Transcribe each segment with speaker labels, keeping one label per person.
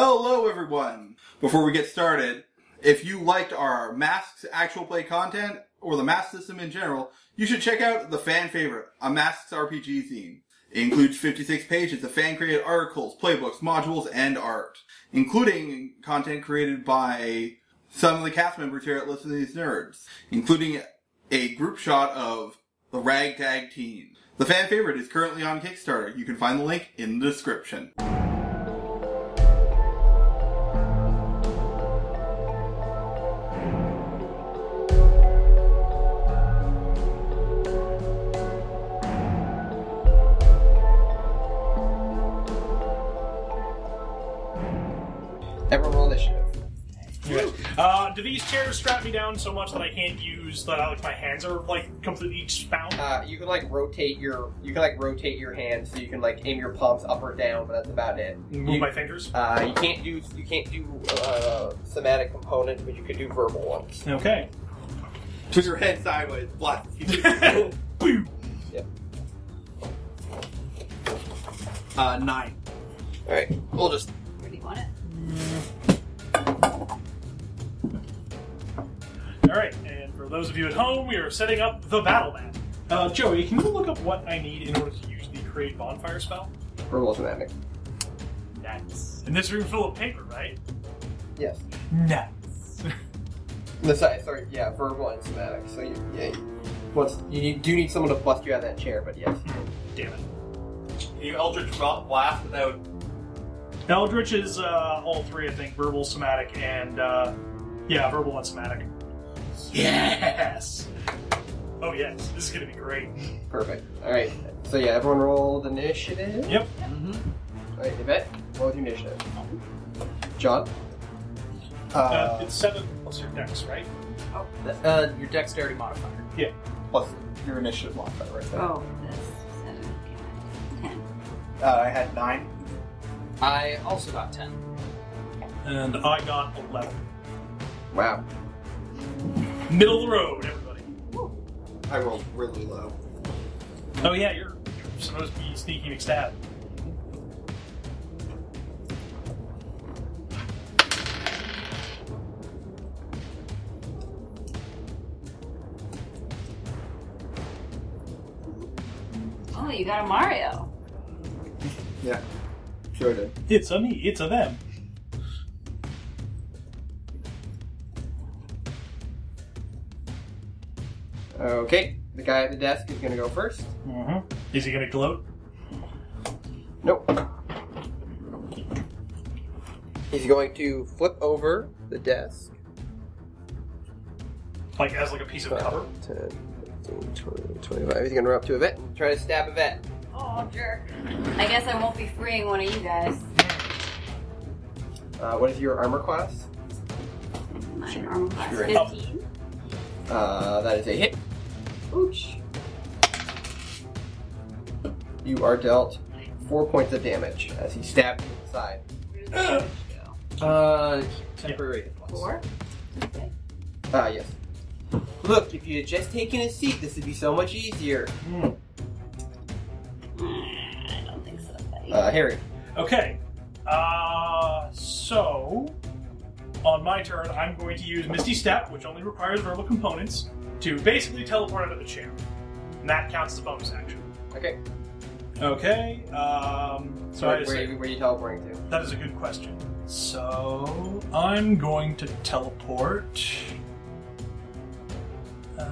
Speaker 1: Hello, everyone. Before we get started, if you liked our Masks actual play content or the Mask system in general, you should check out the fan favorite, a Masks RPG theme. It includes 56 pages of fan created articles, playbooks, modules, and art, including content created by some of the cast members here at Listen to These Nerds, including a group shot of the Ragtag Team. The fan favorite is currently on Kickstarter. You can find the link in the description.
Speaker 2: Everyone roll initiative.
Speaker 3: Uh, do these chairs strap me down so much that I can't use that? Like my hands are like completely bound.
Speaker 2: Uh, you can like rotate your you can like rotate your hands so you can like aim your palms up or down, but that's about it.
Speaker 3: Move
Speaker 2: You-
Speaker 3: my fingers.
Speaker 2: Uh, you can't do you can't do uh, somatic components, but you could do verbal ones.
Speaker 3: Okay.
Speaker 1: Twist your head sideways, blast.
Speaker 3: Boom.
Speaker 4: Uh, nine.
Speaker 2: All right, we'll just
Speaker 5: Where do you want it?
Speaker 3: All right. And for those of you at home, we are setting up the battle map. Uh, Joey, can you look up what I need in order to use the create bonfire spell?
Speaker 2: verbal somatic.
Speaker 3: Nice. In this room full of paper, right?
Speaker 2: Yes.
Speaker 3: Nice.
Speaker 2: No, sorry, sorry. Yeah, verbal and somatic. So you, yeah, you, once you need, do need someone to bust you out of that chair, but yes.
Speaker 3: Damn it.
Speaker 4: Can you Eldritch Blast without.
Speaker 3: Eldritch is uh, all three, I think: verbal, somatic, and uh, yeah, verbal and somatic. Yes. Oh yes, this is gonna be great.
Speaker 2: Perfect. All right. So yeah, everyone rolled initiative. Mm-hmm.
Speaker 3: Yep.
Speaker 2: All right, Yvette, roll with your initiative. John,
Speaker 3: Uh,
Speaker 4: Uh,
Speaker 3: it's seven plus your dex, right?
Speaker 4: oh, th- uh, your dexterity modifier.
Speaker 1: Plus your initiative modifier right there.
Speaker 5: Oh, this. Seven, eight, nine,
Speaker 4: Uh, I had nine.
Speaker 6: I also got 10.
Speaker 3: And I got 11.
Speaker 2: wow,
Speaker 3: Middle of the road, everybody.
Speaker 4: I rolled really low.
Speaker 3: Oh, yeah, you're, you're supposed to be sneaky McStab.
Speaker 5: ten. Oh, you got a Mario.
Speaker 4: Sure did.
Speaker 3: It's a me, it's a them.
Speaker 2: Okay, the guy at the desk is gonna go first.
Speaker 3: Mm-hmm. Is he gonna gloat?
Speaker 2: Nope. He's going to flip over the desk.
Speaker 3: Like, as like a piece of cover?
Speaker 2: 10, 15, 20, 25. He's gonna run up to a vet and try to stab a vet.
Speaker 5: Oh, jerk. I guess I won't be freeing one of you guys.
Speaker 2: Uh, what is your armor class?
Speaker 5: My armor class
Speaker 2: Sure.
Speaker 5: 15.
Speaker 2: Uh, that is a hit.
Speaker 5: Ouch.
Speaker 2: You are dealt four points of damage as he stabbed you in the side.
Speaker 5: Where did the damage go?
Speaker 6: Uh, temporary hit points.
Speaker 5: Four? Okay.
Speaker 2: Ah, yes. Look, if you had just taken a seat, this would be so much easier.
Speaker 5: I don't think so, buddy.
Speaker 2: Uh, Harry.
Speaker 3: Okay. Uh, so, on my turn, I'm going to use Misty Step, which only requires verbal components, to basically teleport out of the chair. And that counts as a bonus action.
Speaker 2: Okay.
Speaker 3: Okay, um, so I
Speaker 2: where,
Speaker 3: just
Speaker 2: where,
Speaker 3: say-
Speaker 2: are you, where are you teleporting to?
Speaker 3: That is a good question. So I'm going to teleport. Um,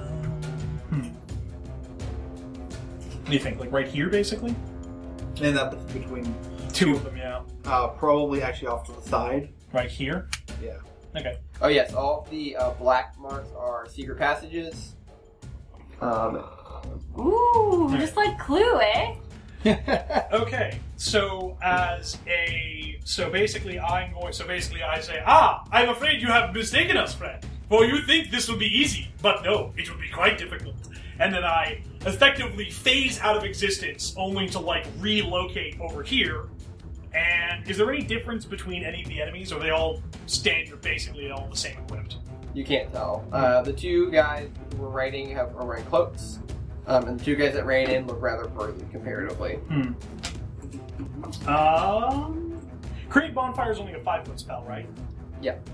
Speaker 3: hmm. What do you think? Like right here, basically.
Speaker 4: And that was between.
Speaker 3: Two of them, yeah.
Speaker 4: Uh, probably actually off to the side.
Speaker 3: Right here.
Speaker 4: Yeah.
Speaker 3: Okay.
Speaker 2: Oh yes, all of the uh, black marks are secret passages. Um,
Speaker 5: Ooh, just like Clue, eh?
Speaker 3: Okay. So as a so basically I'm going so basically I say ah I'm afraid you have mistaken us, friend. For you think this would be easy, but no, it would be quite difficult. And then I effectively phase out of existence, only to like relocate over here. And is there any difference between any of the enemies, or they all stand or basically all the same equipped?
Speaker 2: You can't tell. Uh, the two guys who were writing have are wearing cloaks, um, and the two guys that ran in look rather burly comparatively.
Speaker 3: Um, Create bonfire is only a five foot spell, right?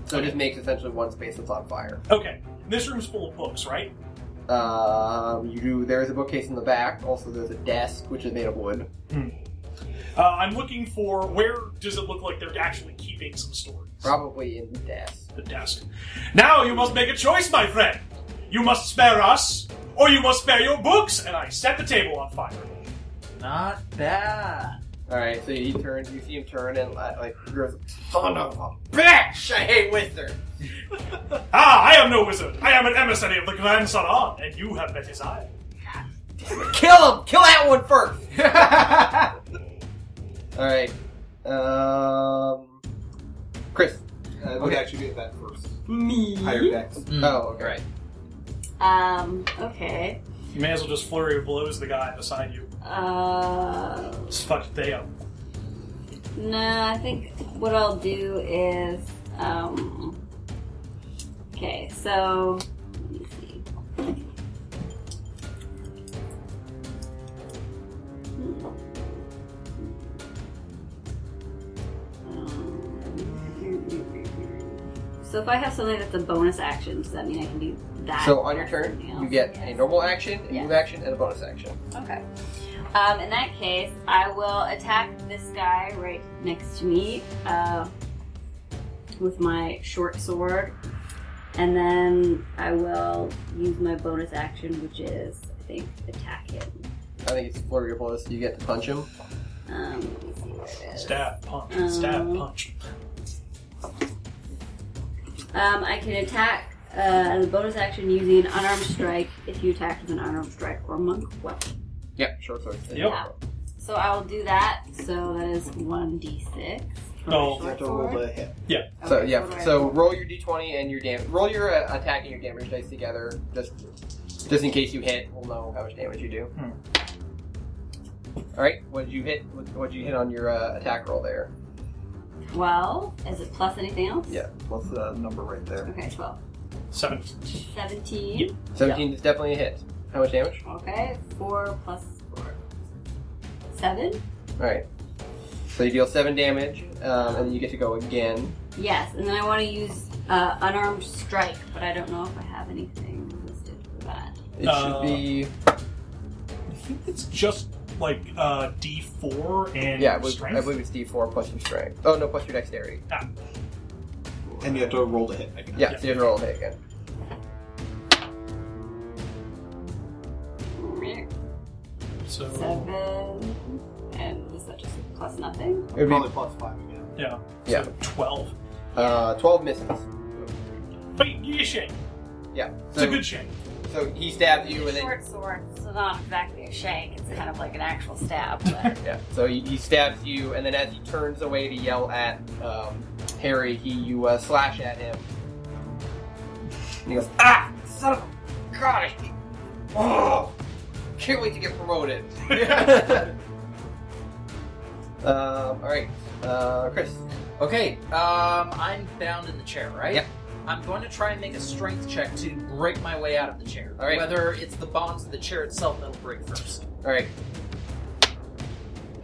Speaker 2: So it just makes essentially one space that's on fire.
Speaker 3: Okay. This room's full of books, right?
Speaker 2: Um, you do. There is a bookcase in the back. Also, there's a desk which is made of wood.
Speaker 3: Uh, I'm looking for where does it look like they're actually keeping some stories?
Speaker 2: Probably in the desk.
Speaker 3: The desk. Now you must make a choice, my friend. You must spare us, or you must spare your books. And I set the table on fire.
Speaker 6: Not bad.
Speaker 2: All right. So he turns. You see him turn and li- like goes, "Son of a bitch! I hate wizards."
Speaker 3: Ah, I am no wizard. I am an emissary of the Grand Saran, and you have met his eye.
Speaker 2: Kill him! Kill that one first! Alright. Um. Chris.
Speaker 4: Uh, it would actually be at that first.
Speaker 2: Me.
Speaker 4: Higher decks.
Speaker 2: Oh, okay.
Speaker 6: Right.
Speaker 5: Um, okay.
Speaker 3: You may as well just flurry of blows the guy beside you.
Speaker 5: Uh,
Speaker 3: Just fuck they up.
Speaker 5: no, I think what I'll do is, um, okay, so, let me see. Um, So if I have something that's a bonus action, does that mean I can do that?
Speaker 2: So on your
Speaker 5: plus
Speaker 2: turn,
Speaker 5: something
Speaker 2: you
Speaker 5: else?
Speaker 2: get
Speaker 5: Yes.
Speaker 2: a normal action, a
Speaker 5: Yeah.
Speaker 2: move action, and a bonus action.
Speaker 5: Okay. Um, in that case, I will attack this guy right next to me uh, with my short sword, and then I will use my bonus action, which is I think attack him.
Speaker 2: I think it's flurry of blows, so you get to punch him.
Speaker 5: Um, let me see where it is.
Speaker 3: Stab, punch,
Speaker 5: Um,
Speaker 2: Oh.
Speaker 3: stab, punch.
Speaker 5: Um, I can attack uh, as a bonus action using an unarmed strike if you attack with an unarmed strike or monk weapon.
Speaker 2: Yep. Short sword.
Speaker 3: Yep.
Speaker 5: Yeah. So I will do that. So that is one d6.
Speaker 3: No.
Speaker 4: You have to roll the hit.
Speaker 2: So
Speaker 5: Okay,
Speaker 2: yeah.
Speaker 5: what do I
Speaker 2: So roll your d20 and your damage. Roll your uh, attack and your damage dice together, just just in case you hit. We'll know how much damage you do.
Speaker 3: Hmm.
Speaker 2: All right. What did you hit? What what did you hit on your uh, attack roll there?
Speaker 5: Twelve. Is it plus anything else?
Speaker 2: Yeah.
Speaker 4: What's the number right there?
Speaker 5: Okay, twelve.
Speaker 3: Seven.
Speaker 5: 17.
Speaker 2: 17 is definitely a hit. How much damage?
Speaker 5: Okay, 4 plus 4. 7?
Speaker 2: Alright. So you deal 7 damage, um, and you get to go again.
Speaker 5: Yes, and then I want to use uh, unarmed strike, but I don't know if I have anything listed for that.
Speaker 2: It
Speaker 3: Uh,
Speaker 2: should be.
Speaker 3: I think it's just like uh, D4 and
Speaker 2: Yeah, I believe, I
Speaker 3: strength.
Speaker 2: believe it's d4 plus your strength. Oh, no, plus your dexterity.
Speaker 4: And you have to roll the hit again.
Speaker 2: Yeah, so you have to roll a hit again.
Speaker 3: so
Speaker 5: 7. And is that just plus nothing?
Speaker 2: It would
Speaker 4: Probably plus five again.
Speaker 3: yeah,
Speaker 2: Yeah.
Speaker 3: So twelve.
Speaker 2: be uh, 12 misses.
Speaker 3: But you get shit.
Speaker 2: Yeah.
Speaker 3: It's
Speaker 2: So,
Speaker 3: a good shit.
Speaker 2: so he stabs you, and then.
Speaker 5: Short sword, so not exactly a shank, it's kind of like an actual stab. But
Speaker 2: Yeah, so he, he stabs you, and then as he turns away to yell at um, Harry, he you uh, slash at him. And he goes, Ah! Son of a. God, I hate. Oh! Can't wait to get promoted. um, alright, uh, Chris. uh,
Speaker 6: Okay. Um, I'm bound in the chair, right?
Speaker 2: Yep.
Speaker 6: I'm going to try and make a strength check to break my way out of the chair.
Speaker 2: All right.
Speaker 6: Whether it's the bonds of the chair itself that'll break first.
Speaker 2: Alright,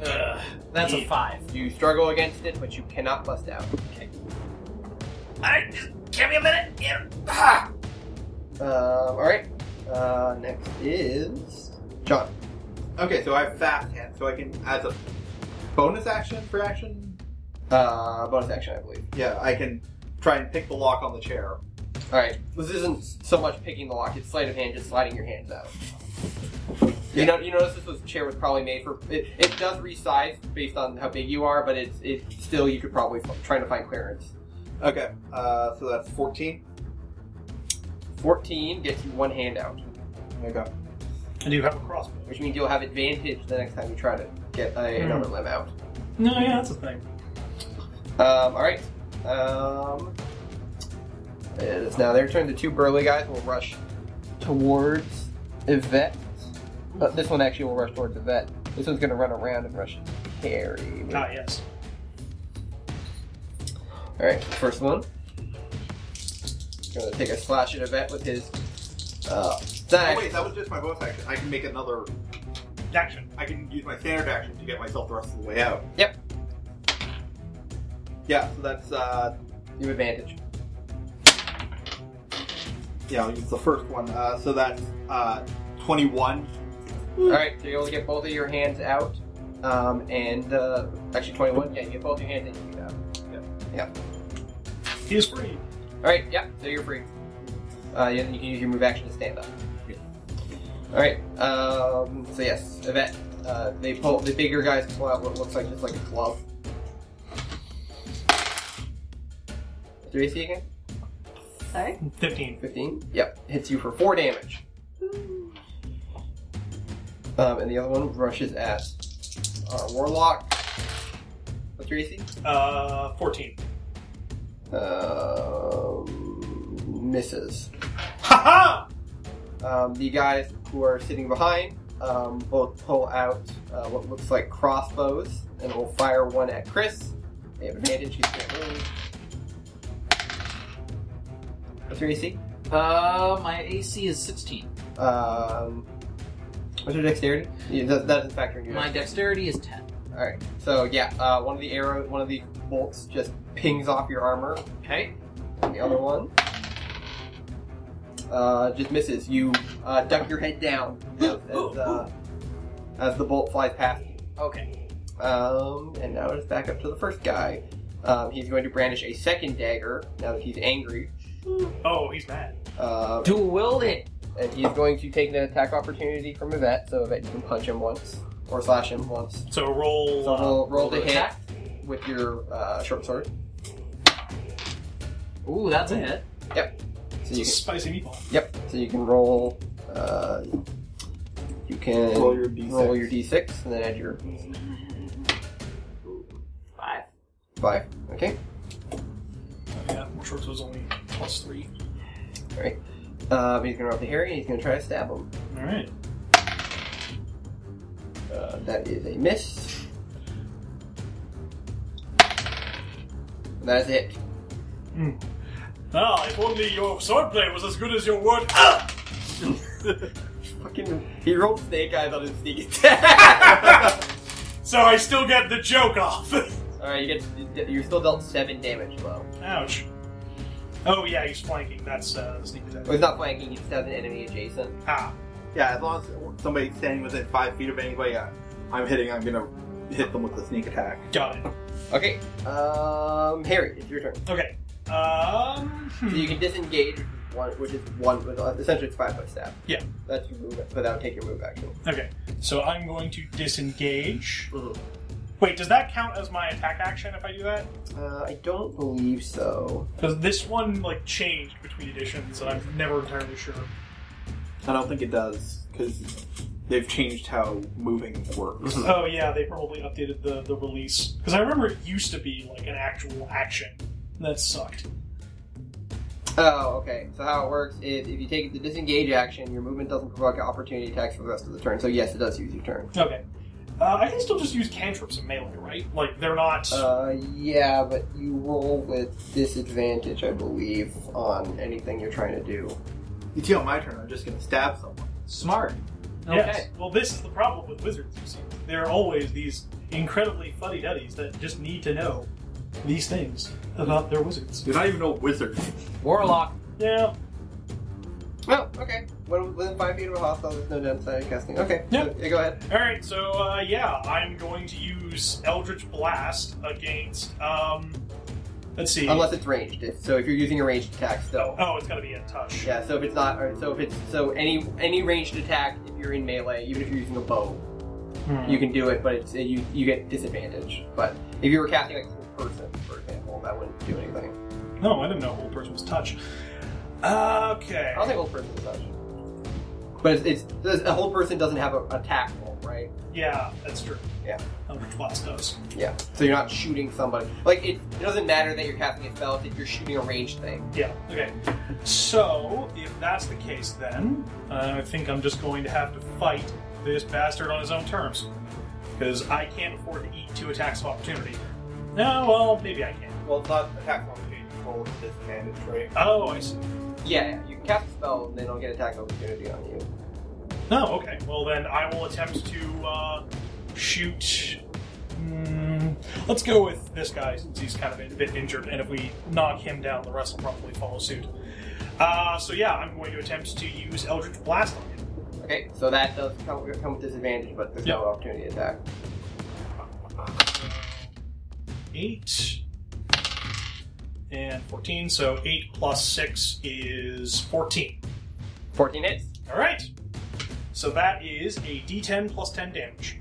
Speaker 6: Ugh, that's a
Speaker 3: Yeah.
Speaker 6: five.
Speaker 2: you struggle against it, but you cannot bust out.
Speaker 3: I, give me a minute. Yeah.
Speaker 2: Ah! Um, alright, uh, next is. John.
Speaker 4: Okay, so I have fast hand, so I can as a bonus action for action.
Speaker 2: Uh, bonus action, I believe.
Speaker 4: Yeah, I can try and pick the lock on the chair.
Speaker 2: Alright, this isn't so much picking the lock, it's sleight of hand, just sliding your hands out. You
Speaker 4: Yeah.
Speaker 2: know, you notice this was chair was probably made for. It, it does resize based on how big you are, but it's it still you could probably f- trying to find clearance.
Speaker 4: Okay, uh, so that's fourteen.
Speaker 2: Fourteen gets you one hand out,
Speaker 4: There you go.
Speaker 3: And you have a crossbow.
Speaker 2: which means you'll have advantage the next time you try to get a, another limb out.
Speaker 3: No, yeah, that's a thing.
Speaker 2: Um, all right. Um, it's now their turn. The two burly guys will rush towards Yvette. Uh, this one actually will rush towards Yvette. This one's going to run around and rush Harry.
Speaker 3: Ah, yes.
Speaker 2: All right, first one. Going to take a slash at Yvette with his. Uh,
Speaker 4: Oh,
Speaker 2: knife.
Speaker 4: wait, that was just my bonus action. I can make another.
Speaker 3: Action.
Speaker 4: I can use my standard action to get myself the rest of the way out. Yeah, so that's uh,
Speaker 2: You have advantage.
Speaker 4: yeah, I'll use the first one. Uh, so that's uh, twenty-one.
Speaker 2: All right, so you're able to get both of your hands out, um, and uh, actually 21. Yeah, you get both your hands and you out.
Speaker 3: He is free.
Speaker 2: All right, yeah, so you're free. Uh, you, you can use your move action to stand up. All right, um, so yes, Yvette. Uh, they pull the bigger guys pull out what looks like just like a glove. Do you see again?
Speaker 5: Sorry?
Speaker 3: 15.
Speaker 2: 15? Yep. Hits you for 4 damage. Um, and the other one rushes at our Warlock. What's your AC?
Speaker 3: Uh, 14.
Speaker 2: Um, misses.
Speaker 3: Haha!
Speaker 2: Um, the guys who are sitting behind um, both pull out uh, what looks like crossbows and will fire one at Chris. They have advantage, he's gonna move. What's your AC?
Speaker 6: Uh, my AC is 16.
Speaker 2: Um, what's your dexterity? Yeah, that, that doesn't factor in your
Speaker 6: My dexterity is 10.
Speaker 2: All right. So yeah, uh, one of the arrow, one of the bolts just pings off your armor.
Speaker 6: Okay.
Speaker 2: The other one uh, just misses. You uh, duck your head down as, as, uh, as the bolt flies past. you.
Speaker 6: Okay.
Speaker 2: Um, and now it's back up to the first guy. Um, he's going to brandish a second dagger now that he's angry,
Speaker 3: Oh, he's mad.
Speaker 2: uh,
Speaker 6: Dual wield it.
Speaker 2: and he's going to take an attack opportunity from Yvette. So Yvette, you can punch him once or slash him once.
Speaker 3: So roll.
Speaker 2: So
Speaker 3: uh,
Speaker 2: roll, roll to
Speaker 6: roll to
Speaker 2: hit
Speaker 6: attack?
Speaker 2: with your uh, short sword.
Speaker 6: Ooh, that's a hit.
Speaker 2: So you can
Speaker 3: spicy meatball.
Speaker 2: Yep. So you can roll. Uh, you can
Speaker 4: Roll your D6.
Speaker 2: roll your d6 and then add your
Speaker 5: Five.
Speaker 2: five. Okay.
Speaker 3: Yeah, shorts was only plus three.
Speaker 2: Um, he's gonna roll the Harry and he's gonna try to stab him.
Speaker 3: Alright.
Speaker 2: Uh, that is a miss. That is it.
Speaker 3: Ah, if only your swordplay was as good as your word. Ah!
Speaker 2: Fucking, he rolled snake eyes on his sneak attack.
Speaker 3: So I still get the joke off.
Speaker 2: All right, you get you get- you're still dealt seven damage. Well,
Speaker 3: Ouch. Oh, yeah, he's flanking. That's uh, the sneak
Speaker 2: well
Speaker 3: attack.
Speaker 2: Oh, he's not flanking. He just has an enemy adjacent.
Speaker 3: Ah.
Speaker 4: Yeah, as long as somebody's standing within five feet of anybody I- I'm hitting, I'm gonna hit them with the sneak attack.
Speaker 3: Got it.
Speaker 2: Okay. Um, Harry, it's your turn.
Speaker 3: Okay. Um.
Speaker 2: So
Speaker 3: hmm.
Speaker 2: you can disengage, which is one, which is one, but essentially it's five foot step.
Speaker 3: Yeah.
Speaker 2: That's your move, but that would take your move action.
Speaker 3: Okay. So I'm going to disengage.
Speaker 2: Mhm.
Speaker 3: Wait, does that count as my attack action if I do that?
Speaker 2: Uh, I don't believe so.
Speaker 3: Because this one like changed between editions, and I'm never entirely sure.
Speaker 4: I don't think it does because they've changed how moving works.
Speaker 3: Oh yeah, they probably updated the the release because I remember it used to be like an actual action. That sucked.
Speaker 2: Oh, okay. So how it works is if you take the disengage action, your movement doesn't provoke opportunity attacks for the rest of the turn. So yes, it does use your turn.
Speaker 3: Okay. Uh, I can still just use cantrips in melee, right? Like they're not.
Speaker 2: Uh, yeah, but you roll with disadvantage, I believe, on anything you're trying to do.
Speaker 4: It's on my turn. I'm just gonna stab someone.
Speaker 6: Smart. Okay.
Speaker 3: Yes. Well, this is the problem with wizards. You see, there are always these incredibly fuddy duddies that just need to know these things about their wizards.
Speaker 4: You're not even a wizard.
Speaker 6: Warlock.
Speaker 3: Yeah.
Speaker 2: Oh, okay. When- Within five feet of a hostile, there's no downside to casting. Okay.
Speaker 3: Yeah.
Speaker 2: So- go ahead.
Speaker 3: All right. So uh, yeah, I'm going to use Eldritch Blast against. Um, let's see.
Speaker 2: Unless it's ranged. If- So if you're using a ranged attack, still.
Speaker 3: Oh, it's gotta be a touch.
Speaker 2: Yeah, so if it's not, or so if it's so any any ranged attack, if you're in melee, even if you're using a bow,
Speaker 3: Hmm.
Speaker 2: you can do it, but it's, you you get disadvantage. But if you were casting like a person, for example, that wouldn't do anything.
Speaker 3: No, I didn't know old person was touch. Okay.
Speaker 2: I don't think whole person is touch. But it's, it's this- a whole person doesn't have a attack roll, right?
Speaker 3: Yeah, that's true.
Speaker 2: Yeah.
Speaker 3: Eldritch Blast does.
Speaker 2: Yeah. So you're not shooting somebody. Like it, it doesn't matter that you're casting a spell if you're shooting a ranged thing.
Speaker 3: Yeah. Okay. So if that's the case, then uh, I think I'm just going to have to fight this bastard on his own terms because I can't afford to eat two attacks of opportunity. No, well, maybe I can.
Speaker 4: Well, it's not attack on page. Roll with disadvantage, right?
Speaker 3: Oh, I see.
Speaker 2: Yeah, yeah. You can cast a spell and they don't get attack opportunity on you.
Speaker 3: No, okay. Well, then I will attempt to uh, shoot. Mm, Let's go with this guy since he's kind of a bit injured, and if we knock him down, the rest will probably follow suit. Uh, so yeah, I'm going to attempt to use Eldritch Blast on him.
Speaker 2: Okay, so that does come, come with disadvantage, but there's no opportunity attack.
Speaker 3: Eight and fourteen, so eight plus six is fourteen.
Speaker 2: 14 hits.
Speaker 3: All right. So that is a D10 plus ten damage.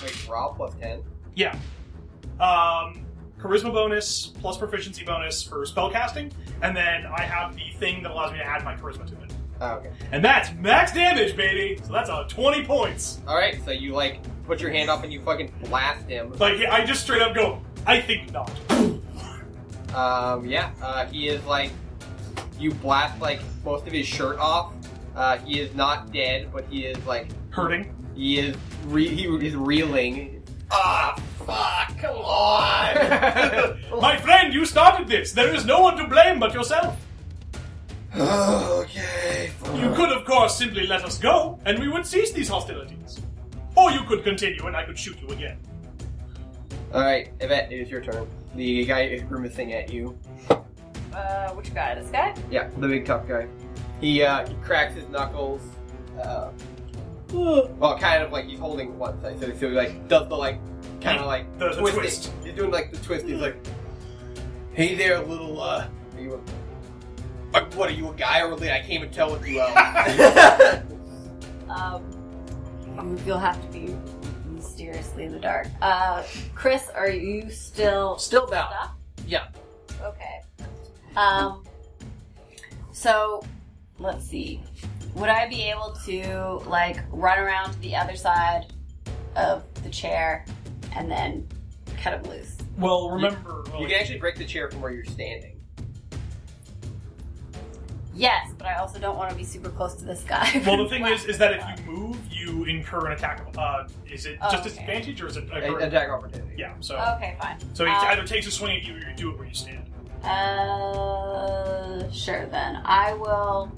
Speaker 2: Wait, raw plus 10.
Speaker 3: Yeah. Um, charisma bonus plus proficiency bonus for spellcasting, and then I have the thing that allows me to add my charisma to it.
Speaker 2: Oh, okay.
Speaker 3: And that's max damage, baby! So that's uh, 20 points.
Speaker 2: Alright, so you like put your hand up and you fucking blast him.
Speaker 3: Like, I just straight up go, I think not.
Speaker 2: Um, yeah, uh, he is like, you blast like most of his shirt off. Uh, he is not dead, but he is like,
Speaker 3: Hurting.
Speaker 2: he is re- he is reeling.
Speaker 6: Ah, fuck! Come on!
Speaker 3: My friend, you started this. There is no one to blame but yourself.
Speaker 4: Okay.
Speaker 3: You could, of course, simply let us go, and we would cease these hostilities. Or you could continue, and I could shoot you again.
Speaker 2: Alright, Yvette, it is your turn. The guy is grimacing at you.
Speaker 5: Uh, which guy? This guy?
Speaker 2: Yeah, the big tough guy. He, uh, he cracks his knuckles. Uh, well, kind of like he's holding one side, so, so he like does the like kind of like
Speaker 3: Does a
Speaker 2: twist.
Speaker 3: twist.
Speaker 2: He's doing like the twist. He's like, "Hey there, little uh, are you a, uh, what are you a guy or a lady? I can't even tell what you uh, are."
Speaker 5: Um, um, you'll have to be mysteriously in the dark. Uh, Chris, are you still
Speaker 6: Still down.
Speaker 5: stuck?
Speaker 6: Yeah.
Speaker 5: Okay. Um, so let's see. Would I be able to like run around to the other side of the chair and then cut him loose?
Speaker 3: Well, remember.
Speaker 2: you can actually break the chair from where you're standing.
Speaker 5: Yes, but I also don't want to be super close to this guy.
Speaker 3: Well, the thing is, is that if you move, you incur an attack. Of, uh, is it
Speaker 5: Oh,
Speaker 3: just
Speaker 5: okay.
Speaker 3: disadvantage or is it? A,
Speaker 2: A- attack opportunity.
Speaker 3: yeah. So,
Speaker 5: Okay, fine.
Speaker 3: so he
Speaker 5: um,
Speaker 3: either takes a swing at you or you do it where you stand.
Speaker 5: Uh, sure then. I will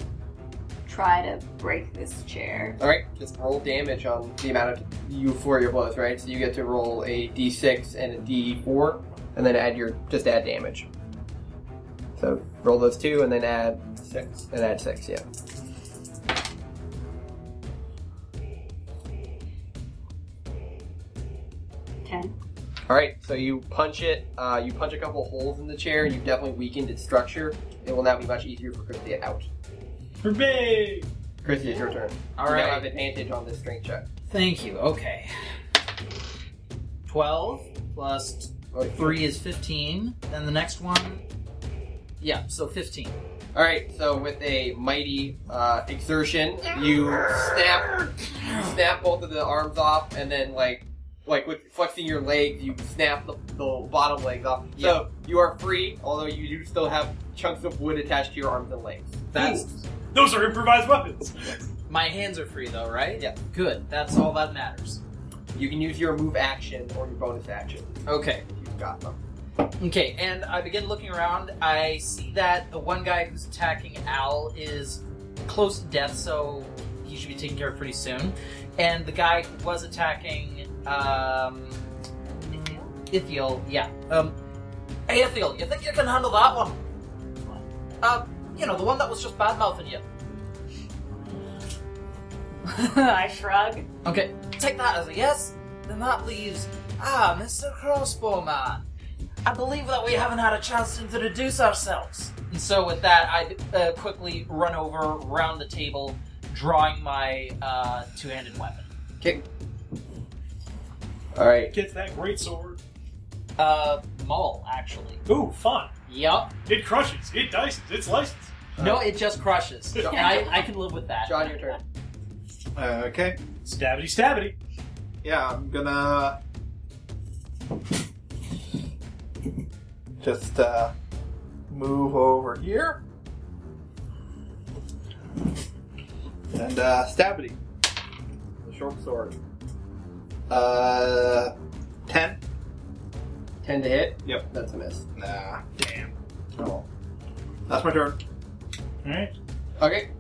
Speaker 5: try to break this chair.
Speaker 2: All right, just roll damage on the amount of you for your blows, right? So you get to roll a d6 and a d4, and then add your just add damage. So roll those two, and then add six, and add six. Yeah.
Speaker 5: Ten.
Speaker 2: All right, so you punch it. Uh, you punch a couple holes in the chair, and you've definitely weakened its structure. It will now be much easier for Chris to get out.
Speaker 3: Hooray!
Speaker 2: Chrissy, it's your turn.
Speaker 6: All
Speaker 2: You
Speaker 6: right.
Speaker 2: now have advantage on this strength check.
Speaker 6: Thank you. Okay. 12 plus
Speaker 2: Oh, yeah.
Speaker 6: 3 is 15. Then the next one. Yeah, so 15.
Speaker 2: All right, so with a mighty uh, exertion, you snap, you snap both of the arms off, and then like, like with flexing your legs, you snap the, the bottom legs off. So you are free, although you do still have chunks of wood attached to your arms and legs.
Speaker 6: That's
Speaker 3: Those are improvised weapons.
Speaker 6: my hands are free though, right?
Speaker 2: Yeah.
Speaker 6: Good. That's all that matters.
Speaker 2: You can use your move action or your bonus action
Speaker 6: Okay.
Speaker 2: if you've got them.
Speaker 6: Okay, and I begin looking around. I see that the one guy who's attacking Al is close to death, so he should be taken care of pretty soon. And the guy who was attacking um, Ithiel, yeah. Um, hey, Ithiel, you think you can handle that one? Uh, you know, the one that was just bad mouthing you.
Speaker 5: I shrug.
Speaker 6: Okay, take that as a yes. Then that leaves, ah, Mr. Crossbowman. I believe that we haven't had a chance to introduce ourselves. And so with that, I uh, quickly run over, round the table, drawing my uh, two-handed weapon.
Speaker 2: Okay. All right.
Speaker 3: Gets that great sword.
Speaker 6: Uh, maul, actually.
Speaker 3: Ooh, fun.
Speaker 6: Yup.
Speaker 3: It crushes. It dices. It's licensed.
Speaker 6: no, it just crushes. and I, I can live with that.
Speaker 2: John, your turn.
Speaker 4: Uh, okay.
Speaker 3: Stabity stabity.
Speaker 4: Yeah, I'm gonna just uh, move over here and uh, stabity. The short sword. Uh, ten.
Speaker 2: Ten to hit.
Speaker 4: Yep.
Speaker 2: That's a miss.
Speaker 4: Nah.
Speaker 3: Damn.
Speaker 4: Oh. That's my turn.
Speaker 3: All right.
Speaker 2: Okay.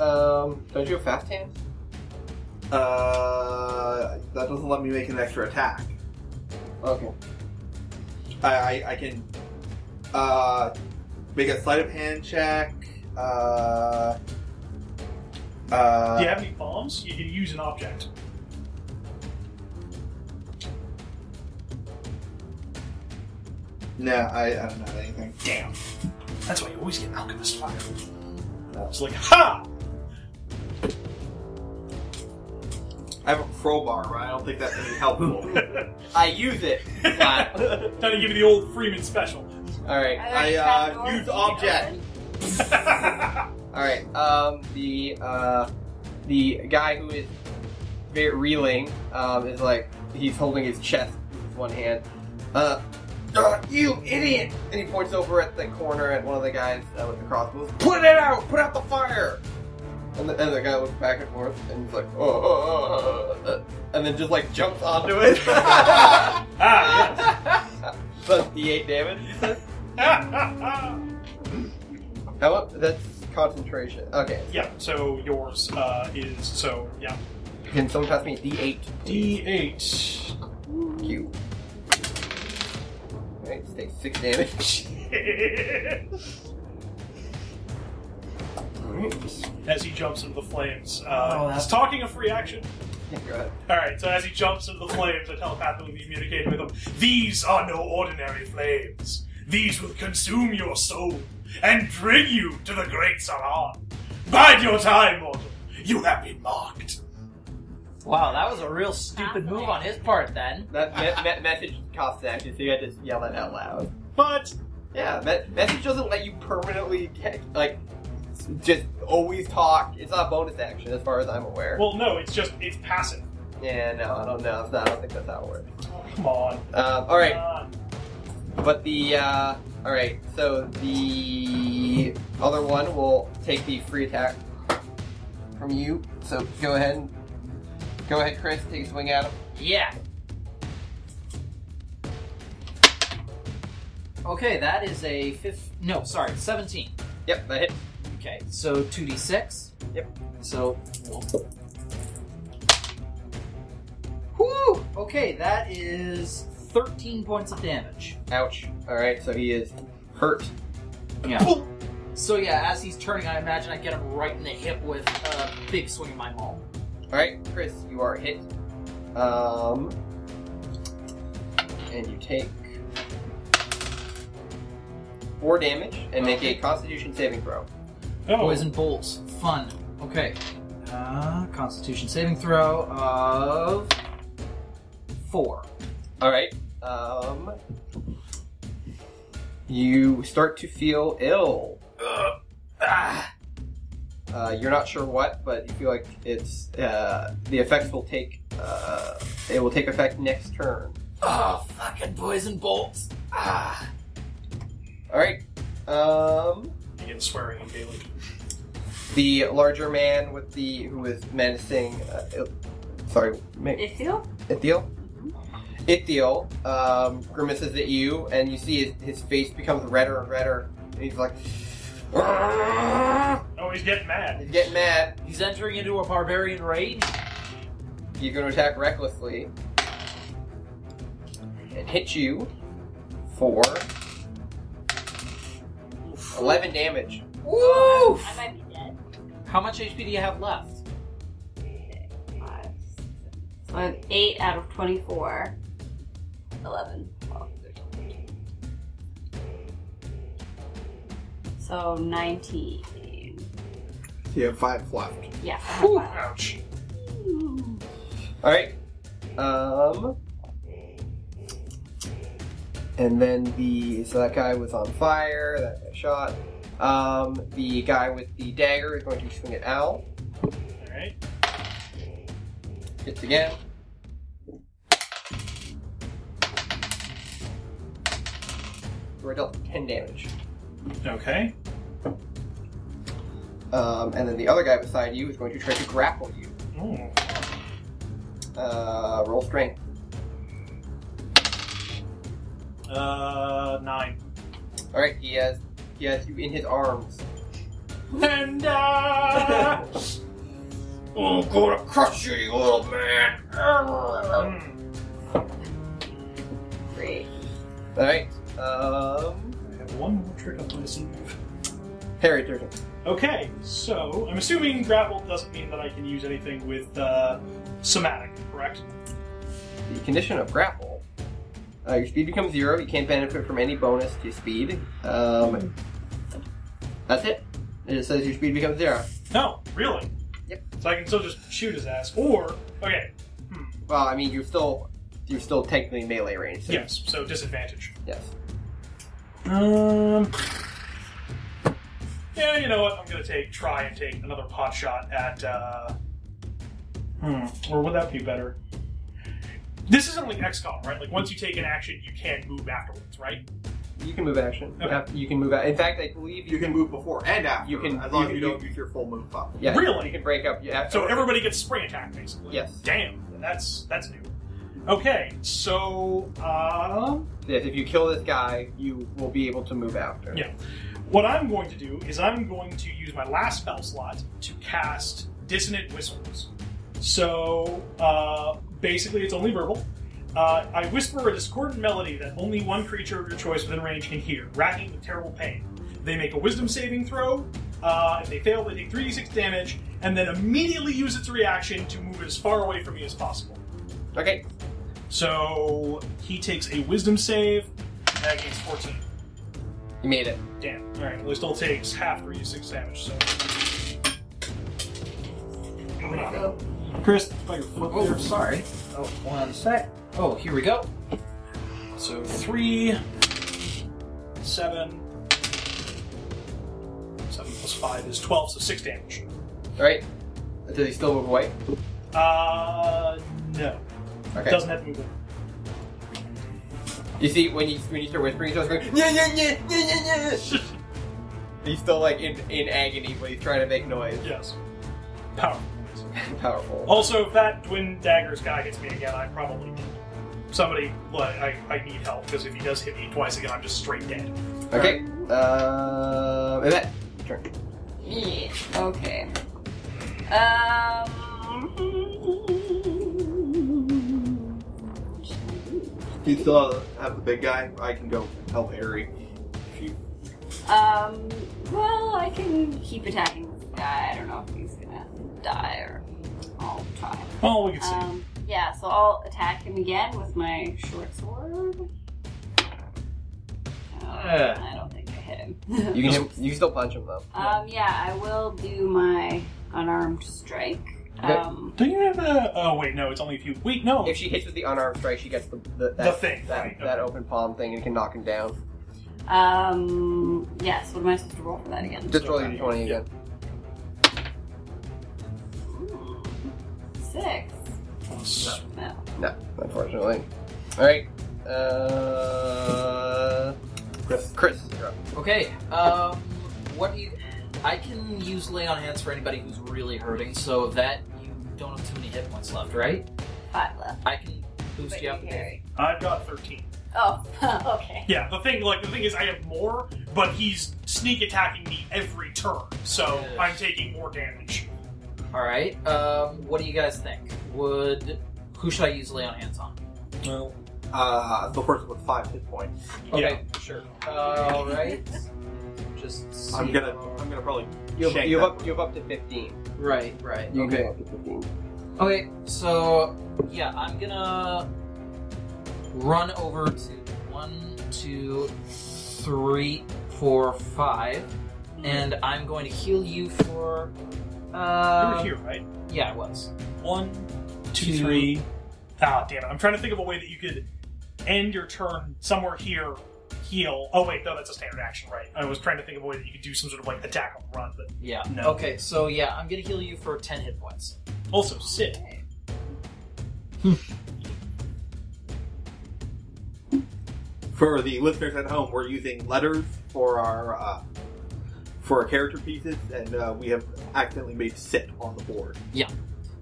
Speaker 2: Um, don't you have fast hand?
Speaker 4: Uh, that doesn't let me make an extra attack.
Speaker 2: Okay.
Speaker 4: I, I, I can uh, make a sleight of hand check. Uh, uh,
Speaker 3: Do you have any bombs? You can use an object.
Speaker 4: No, I, I don't have anything.
Speaker 3: Damn. That's why you always get alchemist fire. It's like, ha!
Speaker 4: I have a crowbar, right? I don't think that's any helpful.
Speaker 6: I use it. God.
Speaker 3: Trying to give you the old Freeman special.
Speaker 2: All right.
Speaker 5: I,
Speaker 4: uh, use object.
Speaker 2: All right. Um, the uh, the guy who is very reeling um, is like he's holding his chest with one hand. Uh, "Ah, you idiot! And he points over at the corner at one of the guys uh, with the crossbows. Put it out! Put out the fire! And the, and the guy looks back and forth and he's like, oh, oh, oh, oh, oh," and then just like jumps onto it.
Speaker 3: Ah, yes.
Speaker 2: Plus D8 damage. you said?
Speaker 3: Ah, ah, ah.
Speaker 2: How mu- That's concentration. Okay.
Speaker 3: yeah, so yours uh, is, so, yeah.
Speaker 2: Can someone pass me a D8?
Speaker 3: D8.
Speaker 2: Q. Alright, just take six damage.
Speaker 3: as he jumps into the flames. Uh,
Speaker 6: Oh, that's-
Speaker 3: he's talking a free action.
Speaker 2: Go ahead.
Speaker 3: Alright, so as he jumps into the flames, I telepathically communicate with him. These are no ordinary flames. These will consume your soul and bring you to the great Saran. Bide your time, mortal. You have been marked.
Speaker 6: Wow, that was a real stupid move on his part then.
Speaker 2: That me- me- message costs an action, so you had to yell that out loud.
Speaker 3: But
Speaker 2: Yeah, me- message doesn't let you permanently, ca- like, s- just always talk. It's not a bonus action, as far as I'm aware.
Speaker 3: well, no, it's just it's passive.
Speaker 2: yeah, no, I don't know. It's not, I don't think that's how it works.
Speaker 3: Oh, come on.
Speaker 2: Um, Alright,
Speaker 3: Uh,
Speaker 2: but the, uh, alright, so the other one will take the free attack from you. So go ahead and. Go ahead, Chris, take a swing at him.
Speaker 6: Yeah. Okay, that is a fifth. No, sorry, 17.
Speaker 2: Yep, that hit.
Speaker 6: Okay, so 2d6.
Speaker 2: Yep.
Speaker 6: So. Woo! Okay, that is 13 points of damage.
Speaker 2: Ouch. Alright, so he is hurt.
Speaker 6: Yeah. So yeah, as he's turning, I imagine I get him right in the hip with a big swing of my maul.
Speaker 2: Alright, Chris, you are hit. Um. And you take. Four damage and make a Constitution saving throw.
Speaker 3: oh,
Speaker 6: Poison bolts, fun. Okay. Uh, Constitution saving throw of four.
Speaker 2: Alright. Um. You start to feel ill.
Speaker 6: Ah,
Speaker 2: Uh, you're not sure what, but you feel like it's uh, the effects will take uh, it will take effect next turn.
Speaker 6: oh, fucking poison bolts. Ah.
Speaker 2: All right. Um,
Speaker 3: begins swearing in Gaelic.
Speaker 2: the larger man with the who is menacing. Uh, Il- sorry, ma-
Speaker 5: Ithiel?
Speaker 2: Ithiel. Ithiel um, grimaces at you, and you see his, his face becomes redder and redder, and he's like, "Argh!"
Speaker 3: Oh, he's getting mad.
Speaker 2: he's getting mad.
Speaker 6: He's entering into a barbarian raid.
Speaker 2: He's going to attack recklessly and hit you for eleven damage.
Speaker 6: Woo!
Speaker 5: I might be dead.
Speaker 6: How much HP do you have left?
Speaker 5: Five, so I have 8 out of 24. 11. 12, 13. So 19.
Speaker 4: You have five left.
Speaker 5: Yeah. I have
Speaker 6: Whew.
Speaker 5: five.
Speaker 3: Ouch.
Speaker 2: All right. Um. And then the so that guy was on fire. That guy shot. Um, the guy with the dagger is going to swing at Al.
Speaker 3: Alright.
Speaker 2: Hits again. We're dealt ten damage.
Speaker 3: Okay.
Speaker 2: Um, and then the other guy beside you is going to try to grapple you.
Speaker 3: Ooh.
Speaker 2: Uh, roll strength.
Speaker 3: Uh, nine.
Speaker 2: All right, he has he has you in his arms.
Speaker 3: And uh,
Speaker 7: I'm gonna crush you, you little man.
Speaker 3: Hmm.
Speaker 5: Great.
Speaker 2: All right. Um,
Speaker 3: I have one more trick up my sleeve.
Speaker 2: Harry Turtle.
Speaker 3: Okay, so I'm assuming grapple doesn't mean that I can use anything with uh, somatic, correct?
Speaker 2: The condition of grapple. Uh, your speed becomes zero. You can't benefit from any bonus to speed. Um, that's it. It just says your speed becomes zero.
Speaker 3: No, really.
Speaker 2: Yep.
Speaker 3: So I can still just shoot his ass, or okay, hmm,
Speaker 2: Well, I mean, you're still you're still technically melee range. So
Speaker 3: yes, so disadvantage.
Speaker 2: Yes.
Speaker 3: Um. Yeah, you know what? I'm gonna take try and take another pot shot at. Uh, hmm. Or would that be better? This isn't like XCOM, right? Like once you take an action, you can't move afterwards, right?
Speaker 2: You can move action. You
Speaker 3: Okay.
Speaker 2: have- You can move out. In fact, I believe
Speaker 4: You can move before and after,
Speaker 2: You can-
Speaker 4: as long
Speaker 2: you-
Speaker 4: as you
Speaker 2: you-
Speaker 4: don't use your full move up.
Speaker 2: Yeah,
Speaker 3: Really?
Speaker 2: You can break up. Yeah.
Speaker 3: So everybody gets spring attack, basically.
Speaker 2: Yes.
Speaker 3: Damn, that's that's new. Okay, so um,
Speaker 2: Yes, if you kill this guy, you will be able to move after.
Speaker 3: Yeah. What I'm going to do is I'm going to use my last spell slot to cast Dissonant Whispers. So uh, basically, it's only verbal. Uh, I whisper a discordant melody that only one creature of your choice within range can hear, racking with terrible pain. They make a Wisdom saving throw. Uh, if they fail, they take 3d6 damage, and then immediately use its reaction to move as far away from me as possible.
Speaker 2: Okay.
Speaker 3: So he takes a Wisdom save against 14.
Speaker 2: You made it.
Speaker 3: Damn. All right. Well, it still takes half three to six damage. So. Chris, if I could flip
Speaker 6: Oh,
Speaker 3: there.
Speaker 6: sorry. Oh, one sec. Oh, here we go.
Speaker 3: So three, seven, seven plus five is twelve, so six damage.
Speaker 2: All right. Does he still move away?
Speaker 3: Uh, no,
Speaker 2: Okay.
Speaker 3: doesn't have to move. in.
Speaker 2: You see, when you when you start whispering, he's just going, yeah, yeah, yeah, yeah, yeah, yeah. he's still like in, in agony, but he's trying to make noise.
Speaker 3: Yes. Power.
Speaker 2: Powerful.
Speaker 3: Also, if that twin daggers guy hits me again, I probably need somebody. Like, I I need help because if he does hit me twice again, I'm just straight dead.
Speaker 2: Okay. Uh, Yvette, turn.
Speaker 5: Yeah. Okay. Um.
Speaker 4: You still have the big guy. I can go help Harry. If you,
Speaker 5: Um. Well, I can keep attacking this guy. I don't know if he's gonna die or. I'll try.
Speaker 3: Oh, we can see.
Speaker 5: Um. Yeah. So I'll attack him again with my short sword. Uh,
Speaker 6: Uh.
Speaker 5: I don't think I hit him.
Speaker 2: Eh. You can hit, you can still punch him though.
Speaker 5: um. Yeah. I will do my unarmed strike.
Speaker 2: Okay.
Speaker 5: Um.
Speaker 3: Don't you have a? Oh wait, no. It's only if you. Wait, no.
Speaker 2: If she hits with the unarmed strike, she gets the the, that,
Speaker 3: thing,
Speaker 2: that,
Speaker 3: right,
Speaker 2: that
Speaker 3: okay.
Speaker 2: open palm thing and can knock him down.
Speaker 5: Um. Yes. What am I supposed to roll for that again?
Speaker 2: Just roll your twenty again.
Speaker 5: Hmm, Six.
Speaker 3: Plus-
Speaker 5: No.
Speaker 2: No, unfortunately. All right. Uh, Chris. Chris. you're up.
Speaker 6: Okay. Um, what do you? I can use lay on hands for anybody who's really hurting. So that you don't have too many hit points left, right?
Speaker 5: Five left.
Speaker 6: I can boost you up. a bit.
Speaker 3: I've got thirteen.
Speaker 5: Oh. okay.
Speaker 3: Yeah, the thing, like the thing is, I have more, but he's sneak attacking me every turn, so
Speaker 6: Yes.
Speaker 3: I'm taking more damage.
Speaker 6: All right. Um, what do you guys think? Would who should I use lay on hands on?
Speaker 3: Well,
Speaker 4: uh, the person with five hit points.
Speaker 6: Okay, sure. all right. Just. See
Speaker 4: I'm gonna,
Speaker 6: how-
Speaker 4: I'm gonna probably.
Speaker 2: You have,
Speaker 4: Shank
Speaker 2: you have
Speaker 4: that
Speaker 2: up. You have up to fifteen.
Speaker 6: Right. Right.
Speaker 2: You can
Speaker 6: okay.
Speaker 2: go up to fifteen.
Speaker 6: Okay, so yeah, I'm gonna run over to one, two, three, four, five, and I'm going to heal you for.
Speaker 3: you were
Speaker 6: Uh,
Speaker 3: here, right?
Speaker 6: yeah, I was.
Speaker 3: One, two,
Speaker 6: two-
Speaker 3: three. Ah, damn it! I'm trying to think of a way that you could end your turn somewhere here, heal. Oh wait, no, that's a standard action, right? I was trying to think of a way that you could do some sort of like attack on the run, but
Speaker 6: Yeah.
Speaker 3: No.
Speaker 6: Okay, so yeah, I'm gonna heal you for ten hit points.
Speaker 3: also sit.
Speaker 4: For the listeners at home, we're using letters for our uh, for our character pieces, and uh, we have accidentally made sit on the board.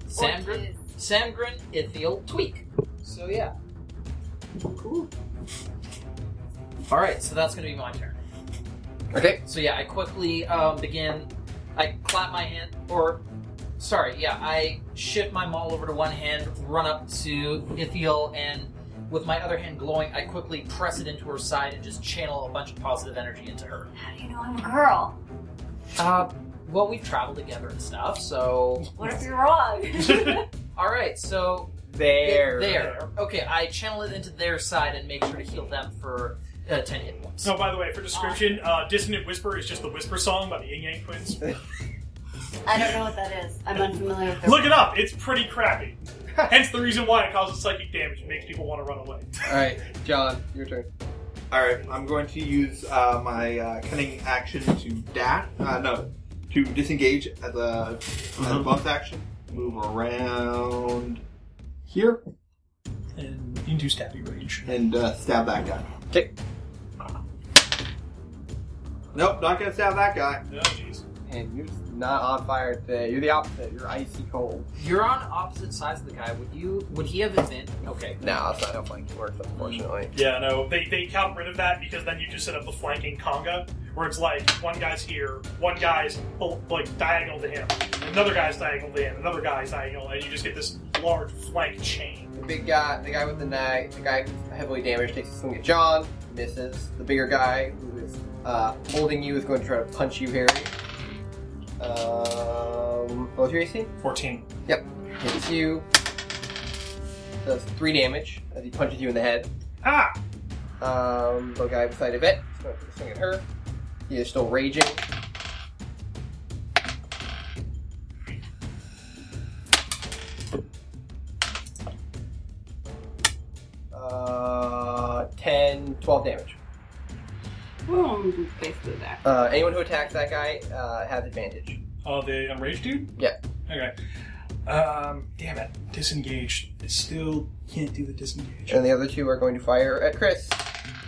Speaker 6: Samgrin, Samgrin, Ithiel, Tweak. So yeah.
Speaker 5: Cool.
Speaker 6: All right, so that's gonna be my turn.
Speaker 2: Okay.
Speaker 6: So yeah, I quickly um, begin. I clap my hand, or sorry, yeah, I shift my maul over to one hand, run up to Ithiel, and with my other hand glowing, I quickly press it into her side and just channel a bunch of positive energy into her.
Speaker 5: How do you know I'm a girl?
Speaker 6: Uh, well, we've traveled together and stuff, so.
Speaker 5: What if you're wrong?
Speaker 6: Alright, so.
Speaker 2: There.
Speaker 6: There. Okay, I channel it into their side and make sure to heal them for uh, 10 hit points.
Speaker 3: No, by the way, for description, uh, Dissonant Whisper is just the Whisper song by the Yin Yang Twins.
Speaker 5: I don't know what that is. I'm unfamiliar with the
Speaker 3: Look it up; it's pretty crappy. Hence the reason why it causes psychic damage and makes people want to run away.
Speaker 2: Alright, John, your turn.
Speaker 4: All right, I'm going to use uh, my uh, cunning action to dash. Uh, no, to disengage as a, as a bonus action. Move around here
Speaker 3: And into stabbing range.
Speaker 4: and uh, stab that guy.
Speaker 2: Okay.
Speaker 4: Nope, not gonna stab that guy.
Speaker 3: Oh, jeez.
Speaker 2: And you're just not on fire today. You're the opposite. You're icy cold.
Speaker 6: You're on opposite sides of the guy. Would you? Would he have advantage? Okay.
Speaker 2: No, that's not how flanking works, unfortunately.
Speaker 3: Yeah, no, they, they got rid of that because then you just set up the flanking conga, where it's like one guy's here, one guy's oh, like diagonal to him, another guy's diagonal to him, another guy's diagonal, and you just get this large flank chain.
Speaker 2: The big guy, the guy with the nag, the guy who's heavily damaged takes a swing at John, misses. The bigger guy who is uh, holding you is going to try to punch you, Harry. Um, what was your AC?
Speaker 3: 14.
Speaker 2: Hits you. Does three damage as he punches you in the head.
Speaker 3: Ah!
Speaker 2: Um, the guy beside of it is going to take a swing at her. He is still raging. Uh, 10, 12 damage.
Speaker 5: Boom, Hmm, basically that.
Speaker 2: Uh, anyone who attacks that guy uh, has advantage.
Speaker 3: Oh, the enraged dude?
Speaker 2: Yeah.
Speaker 3: Okay. Um, damn it. Disengage. I still can't do the disengage.
Speaker 2: And the other two are going to fire at Chris.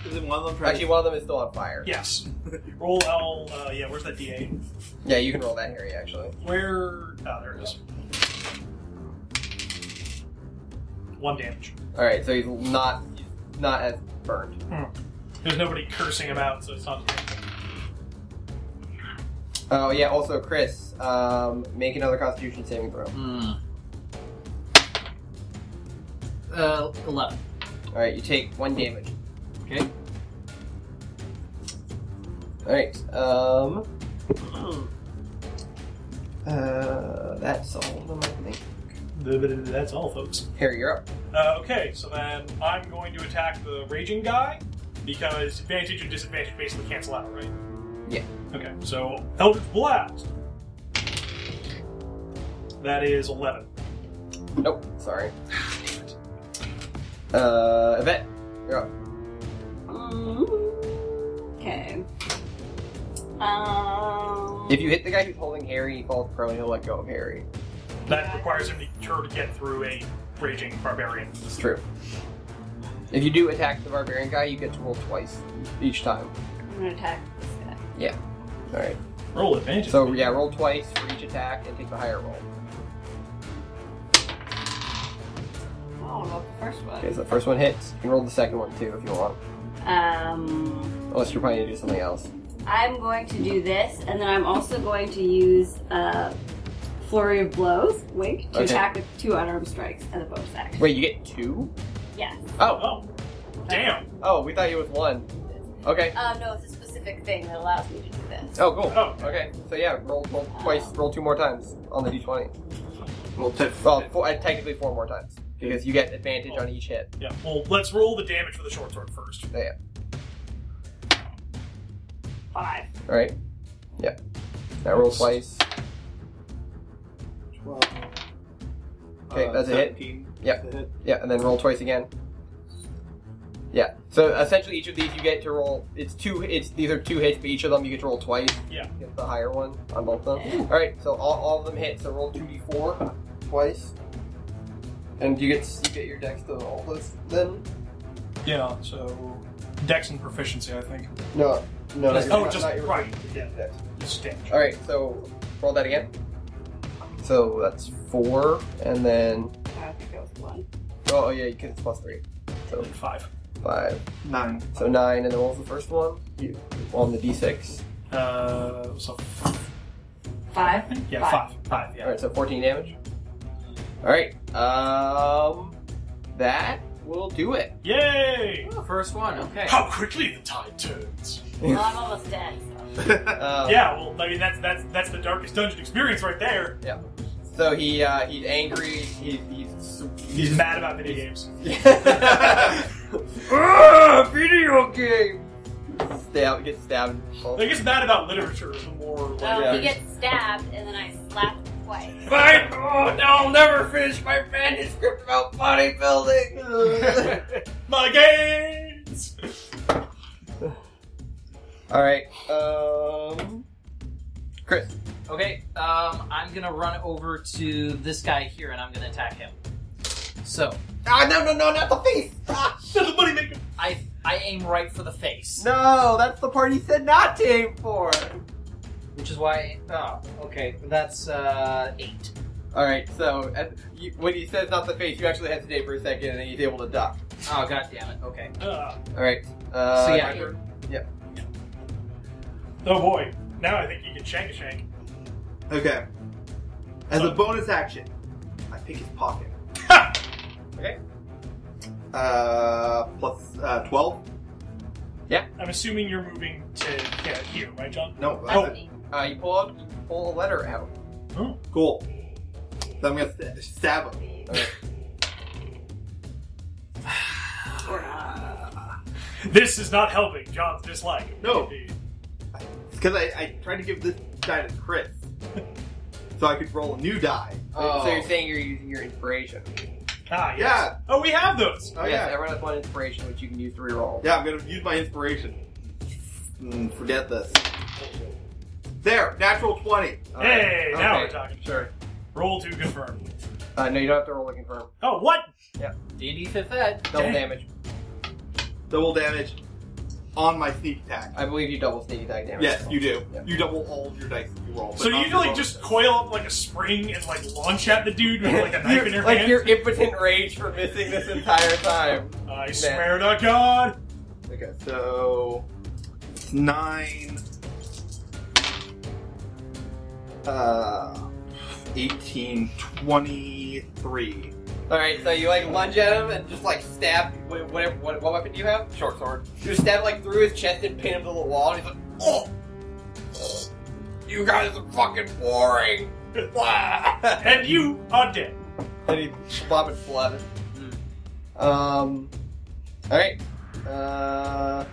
Speaker 4: Isn't one of them trying
Speaker 2: Actually, one of them is still on fire.
Speaker 3: Yes. Roll L, uh, yeah, where's that D8?
Speaker 2: Yeah, you can roll that, Harry, actually.
Speaker 3: Where? Oh, there it is. One damage.
Speaker 2: Alright, so he's not, he's not as burned.
Speaker 3: There's nobody cursing about, so it's not damage.
Speaker 2: Oh yeah. Also, Chris, um, make another Constitution saving throw. All
Speaker 6: Hmm. Uh, eleven.
Speaker 2: right, you take one damage.
Speaker 6: Okay.
Speaker 2: All right. Um. Uh, that's all of them, I think.
Speaker 3: That's all, folks.
Speaker 2: Harry, you're up.
Speaker 3: Uh, okay, so then I'm going to attack the raging guy because advantage and disadvantage basically cancel out, right?
Speaker 2: Yeah.
Speaker 3: Okay, so Eldritch Blast. That is 11.
Speaker 2: Nope. Sorry. Uh, Yvette, you're up.
Speaker 5: Mm-hmm. Okay. Um.
Speaker 2: If you hit the guy who's holding Harry, he falls prone. He'll let go of Harry.
Speaker 3: That requires him to, her to get through a raging barbarian.
Speaker 2: It's true. If you do attack the barbarian guy, you get to roll twice each time.
Speaker 5: I'm gonna attack this guy.
Speaker 2: All right.
Speaker 3: Roll advantage.
Speaker 2: So yeah, roll twice for each attack and take the higher roll.
Speaker 5: Oh, about the first
Speaker 2: Okay,
Speaker 5: one.
Speaker 2: so the first one hits. You can roll the second one too if you want.
Speaker 5: Um,
Speaker 2: Unless you're planning to do something else.
Speaker 5: I'm going to do this, and then I'm also going to use uh, flurry of blows. Wink to
Speaker 2: Okay.
Speaker 5: attack with two unarmed strikes and a bonus action.
Speaker 2: Wait, you get two?
Speaker 5: Yeah.
Speaker 2: Oh,
Speaker 3: Oh, damn.
Speaker 2: oh, we thought it was one. Okay.
Speaker 5: Uh, no, it's a specific thing that allows me to do this.
Speaker 2: Oh, cool.
Speaker 3: Oh.
Speaker 2: Okay, so yeah, roll, roll twice, roll two more times on the d20.
Speaker 4: Well, te-
Speaker 2: Well, four, uh, technically four more times because you get advantage on each hit.
Speaker 3: Yeah, well, let's roll the damage for the short sword first.
Speaker 2: So yeah,
Speaker 5: Five.
Speaker 2: all right. Yeah, that roll twice.
Speaker 4: 12,
Speaker 2: Okay,
Speaker 4: uh,
Speaker 2: that's a hit.
Speaker 4: 17.
Speaker 2: Yep.
Speaker 4: That's a hit.
Speaker 2: Yeah, and then roll twice again. Yeah. So essentially, each of these you get to roll. It's two. It's these are two hits, but each of them you get to roll twice.
Speaker 3: Yeah.
Speaker 2: Get the higher one on both of them. All right. So all, all of them hit. So roll two d four twice. And you get you get your dex to all those then?
Speaker 3: Yeah, so. Dex and proficiency, I think.
Speaker 2: No. No.
Speaker 3: Just-
Speaker 2: you're
Speaker 3: oh,
Speaker 2: not-
Speaker 3: just
Speaker 2: not your-
Speaker 3: right. Yeah,
Speaker 2: dex.
Speaker 3: just damage.
Speaker 2: All right. So roll that again. So that's four, and then
Speaker 5: I don't think it was one.
Speaker 2: oh, oh yeah, you can it's plus three,
Speaker 3: And then five.
Speaker 2: five,
Speaker 4: Nine.
Speaker 2: so nine, and then what was the first one? You on the d six.
Speaker 3: Uh, so
Speaker 5: Five.
Speaker 3: Yeah, five. Five, yeah.
Speaker 2: All right, so 14 damage. All right. Um, that will do it.
Speaker 3: Yay!
Speaker 6: First one, okay.
Speaker 3: How quickly the tide turns.
Speaker 5: Well, I'm almost dead. So.
Speaker 2: Um,
Speaker 3: Yeah, well, I mean that's that's that's the darkest dungeon experience right there.
Speaker 2: So he uh, he's angry. He, he's
Speaker 3: He's mad about video games.
Speaker 2: Ah, video game. Stab, gets stabbed.
Speaker 3: Like he's mad about literature is the more like
Speaker 5: Well, Oh, he
Speaker 2: Yeah.
Speaker 5: gets stabbed, and then I slap him twice.
Speaker 2: Fine. Oh, no, I'll never finish my manuscript about bodybuilding.
Speaker 3: my games.
Speaker 2: All right. Um, Chris.
Speaker 6: Okay, um, I'm gonna run over to this guy here and I'm gonna attack him. So,
Speaker 2: Ah, no, no, no, not the face. Ah,
Speaker 3: Little money maker.
Speaker 6: I I aim right for the face.
Speaker 2: no, that's the part he said not to aim for.
Speaker 6: Which is why. Oh, okay. That's uh, eight.
Speaker 2: All right. So as, you, when he says not the face, you actually hesitate for a second, and then he's able to duck.
Speaker 6: Oh, god damn it. Okay.
Speaker 3: Uh,
Speaker 2: All right. Uh,
Speaker 6: so yeah,
Speaker 3: oh boy. Now I think you can shank a shank.
Speaker 4: Okay. As a bonus action, I pick his pocket.
Speaker 2: Okay.
Speaker 4: Uh, plus uh, twelve.
Speaker 3: I'm assuming you're moving to yeah, here, right, John?
Speaker 4: No.
Speaker 5: That's
Speaker 4: that's it.
Speaker 5: me.
Speaker 2: Uh, you pull out, you pull a letter out.
Speaker 4: Cool. So I'm gonna st- stab him.
Speaker 3: This is not helping John's dislike.
Speaker 4: No.
Speaker 3: Indeed.
Speaker 4: Because I, I tried to give this die to Chris, so I could roll a new die.
Speaker 6: Oh.
Speaker 2: So you're saying you're using your inspiration?
Speaker 3: Ah, yes.
Speaker 4: Yeah.
Speaker 3: Oh, we have those.
Speaker 4: Oh
Speaker 2: yes,
Speaker 4: yeah.
Speaker 2: everyone has one inspiration, which you can use to reroll.
Speaker 4: Yeah, I'm gonna use my inspiration. Mm, forget this. There, natural twenty.
Speaker 2: All right.
Speaker 3: Hey, now
Speaker 2: Okay.
Speaker 3: we're talking.
Speaker 2: Sure.
Speaker 3: Roll to confirm.
Speaker 2: Uh, no, you don't have to roll to confirm.
Speaker 3: Oh, what?
Speaker 6: D and D fifth ed.
Speaker 2: Double
Speaker 3: Dang.
Speaker 2: damage.
Speaker 4: Double damage on my sneak attack.
Speaker 2: I believe you double sneak attack damage.
Speaker 4: Yes, you do.
Speaker 2: Yeah.
Speaker 4: You double all of your dice you roll.
Speaker 3: So you like just coil up like a spring and like launch at the dude with like a knife in your
Speaker 2: like
Speaker 3: hand?
Speaker 2: your impotent rage for missing this entire time.
Speaker 3: I swear to God.
Speaker 4: Okay, so it's nine. Uh, 18, 23.
Speaker 2: All right, so you like lunge at him and just like stab. What, what, what, what weapon do you have? Short sword. You just stab like through his chest and pin him to the wall, and he's like, oh,
Speaker 7: Oh. You guys are fucking boring.
Speaker 3: And you are dead.
Speaker 2: and he's flopping blood. Um. All right. Uh.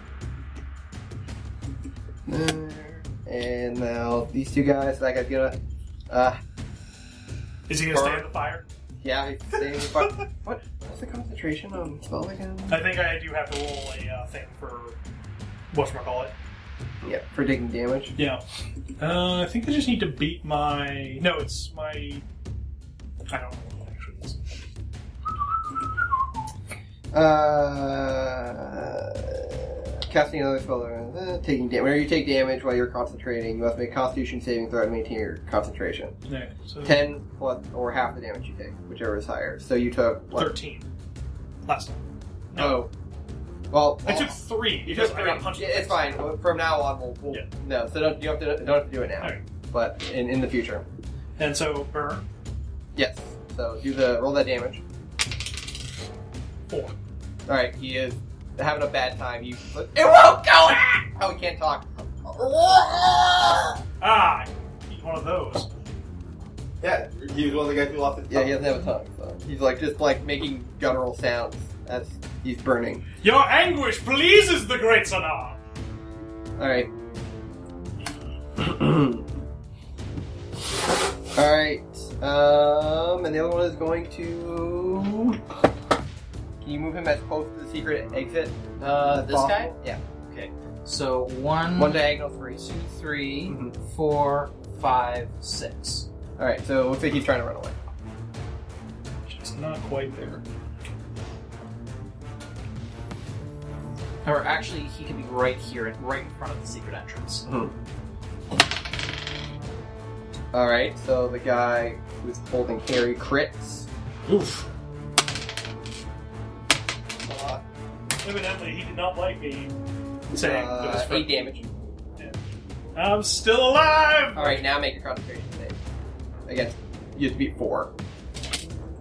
Speaker 2: there. And now these two guys. That guy's gonna. Uh.
Speaker 3: Is he gonna stay in the fire?
Speaker 2: Yeah. he's staying in the fu- what? What's the concentration on spell again?
Speaker 3: I think I do have to roll a uh, thing for whatchamacallit.
Speaker 2: Yeah, for taking damage.
Speaker 3: Yeah. Uh, I think I just need to beat my. No, it's my. I don't know what it actually is.
Speaker 2: Uh, casting another spell, uh, taking damage. Whenever you take damage while you're concentrating, you must make Constitution saving throw to maintain your concentration.
Speaker 3: There. So
Speaker 2: Ten plus or half the damage you take, whichever is higher. So you took what?
Speaker 3: thirteen. Last time.
Speaker 2: Oh, well,
Speaker 3: I took three
Speaker 2: You
Speaker 3: because
Speaker 2: took
Speaker 3: I
Speaker 2: three.
Speaker 3: got punched. in the
Speaker 2: It's
Speaker 3: face.
Speaker 2: fine. Well, From now on, we'll, we'll
Speaker 3: Yeah.
Speaker 2: no. So don't you have to don't have to do it now,
Speaker 3: Alright.
Speaker 2: but in, in the future,
Speaker 3: And so er, burn
Speaker 2: yes. So do the roll that damage.
Speaker 3: four.
Speaker 2: All right, he is having a bad time. You it won't go. Oh, he can't talk.
Speaker 3: Ah, I need one of those.
Speaker 4: Yeah, he was one of the guys who lost his
Speaker 2: Yeah, he doesn't have a tongue. So he's like just like making guttural sounds as he's burning.
Speaker 3: Your anguish pleases the great Sonar.
Speaker 2: All right. All right. Um, and the other one is going to. Can you move him as close to the secret exit?
Speaker 6: Uh,
Speaker 2: as
Speaker 6: this
Speaker 2: possible?
Speaker 6: guy.
Speaker 2: Yeah.
Speaker 6: So one,
Speaker 2: One diagonal three.
Speaker 6: two, three,
Speaker 2: Mhm.
Speaker 6: four, five, six.
Speaker 2: All right. So it looks like he's trying to run away.
Speaker 3: Just not quite there.
Speaker 6: Or actually, he could be right here, right in front of the secret entrance.
Speaker 2: All right. So the guy who's holding Harry crits.
Speaker 3: Oof. Evidently, he did not like me saying that his
Speaker 2: Uh, Uh,
Speaker 3: friend-
Speaker 2: eight damage.
Speaker 3: I'm still alive.
Speaker 2: All right. Now make a concentration save. against. You have to beat four.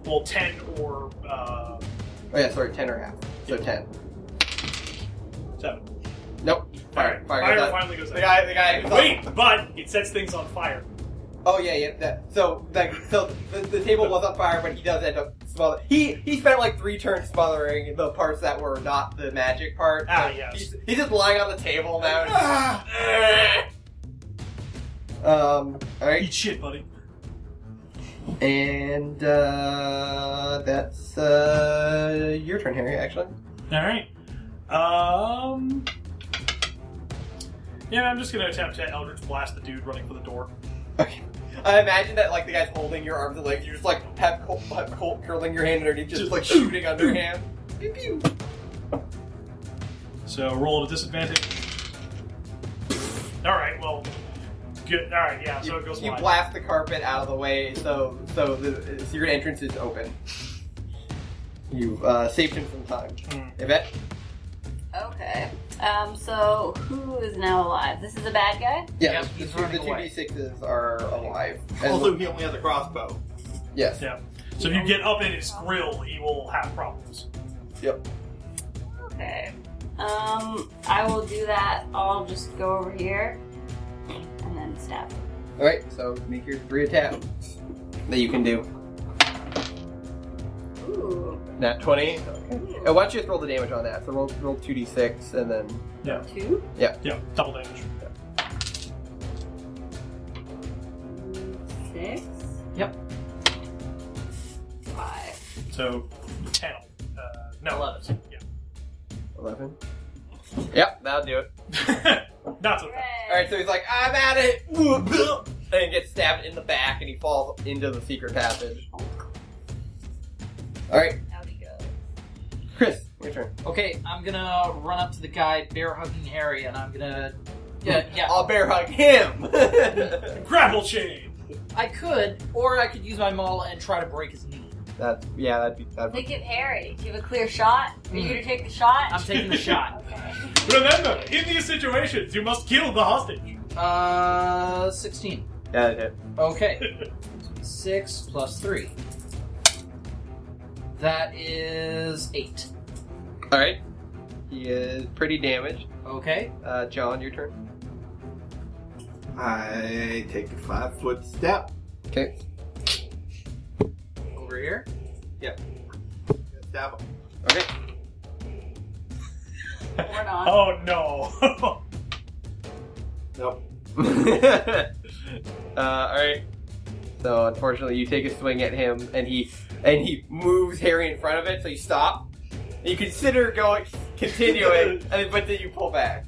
Speaker 3: Well, 10 or uh,
Speaker 2: Oh yeah, sorry, ten or half. So ten.
Speaker 3: 7.
Speaker 2: Nope. Fire.
Speaker 3: Alright,
Speaker 2: Fire.
Speaker 3: fire
Speaker 2: that-
Speaker 3: finally goes
Speaker 4: The
Speaker 3: out.
Speaker 4: guy, the guy.
Speaker 3: Wait, but it sets things on fire.
Speaker 2: Oh yeah, yeah. That, so like, so the, the table was on fire, but he does end up smothering. He he spent like three turns smothering the parts that were not the magic part.
Speaker 3: Ah,
Speaker 2: So
Speaker 3: yes.
Speaker 2: He's, he's just lying on the table now.
Speaker 4: Ah!
Speaker 2: um. All right.
Speaker 3: Eat shit, buddy.
Speaker 2: And uh, that's uh, your turn, Harry. Actually.
Speaker 3: Alright. Um. Yeah, I'm just gonna attempt to Eldritch Blast the dude running for the door.
Speaker 2: Okay. I imagine that like the guy's holding your arms and legs. You just like have Colt, have Colt curling your hand underneath, just,
Speaker 3: Just
Speaker 2: like shooting underhand. Pew, pew.
Speaker 3: So roll at a disadvantage. Alright, well. Good. Alright, yeah, so it goes
Speaker 2: you
Speaker 3: wide.
Speaker 2: blast the carpet out of the way, so so the uh, secret entrance is open. You uh, saved him some time.
Speaker 3: Mm.
Speaker 2: Yvette,
Speaker 5: Okay. Um, so who is now alive? This is a bad guy?
Speaker 6: Yeah,
Speaker 2: yes,
Speaker 6: he's
Speaker 2: the two- the
Speaker 6: running
Speaker 2: two
Speaker 6: away.
Speaker 2: d sixes are alive. And-
Speaker 4: Oh, Also, he only has a crossbow.
Speaker 2: yes.
Speaker 3: Yeah. So if you get up in his grill, he will have problems.
Speaker 5: Okay. Um, I will do that. I'll just go over here and then stab. him.
Speaker 2: All right, so make your three attacks that you can do.
Speaker 5: Ooh.
Speaker 2: Nat twenty. And why don't you just roll the damage on that? So roll roll two d six and then
Speaker 5: Two?
Speaker 3: Yeah, double damage.
Speaker 5: Six?
Speaker 6: Yep.
Speaker 5: Five.
Speaker 3: So, 10. Uh, no.
Speaker 6: 11.
Speaker 2: eleven. Yep, that'll do it.
Speaker 3: Yeah. Not so fast.
Speaker 5: Hooray.
Speaker 2: All right, so he's like, I'm at it, and gets stabbed in the back, and he falls into the secret passage. All right,
Speaker 5: Out he goes.
Speaker 2: Chris, your turn.
Speaker 6: Okay, I'm gonna run up to the guy bear hugging Harry, and I'm gonna. Yeah, yeah.
Speaker 2: I'll bear hug him.
Speaker 3: Grapple chain!
Speaker 6: I could, or I could use my maul and try to break his knee.
Speaker 2: That's yeah, that'd be that'd
Speaker 5: Think of Harry. Do you have a clear shot? Are you gonna
Speaker 2: Mm.
Speaker 5: take the shot?
Speaker 6: I'm taking the shot.
Speaker 5: okay.
Speaker 3: Remember, in these situations, you must kill the hostage.
Speaker 6: Uh, 16.
Speaker 2: that'd hit.
Speaker 6: Okay. 6 plus 3. That is 8.
Speaker 2: All right, he is pretty damaged.
Speaker 6: Okay.
Speaker 2: Uh, John, your turn.
Speaker 4: I take a five foot step.
Speaker 2: Okay.
Speaker 6: Over here.
Speaker 4: Stab him.
Speaker 2: Okay.
Speaker 5: Or not.
Speaker 3: Oh no.
Speaker 4: Nope.
Speaker 2: uh, all right. So unfortunately, you take a swing at him, and he and he moves Harry in front of it. So you stop. And you consider going, continuing, and, but then you pull back.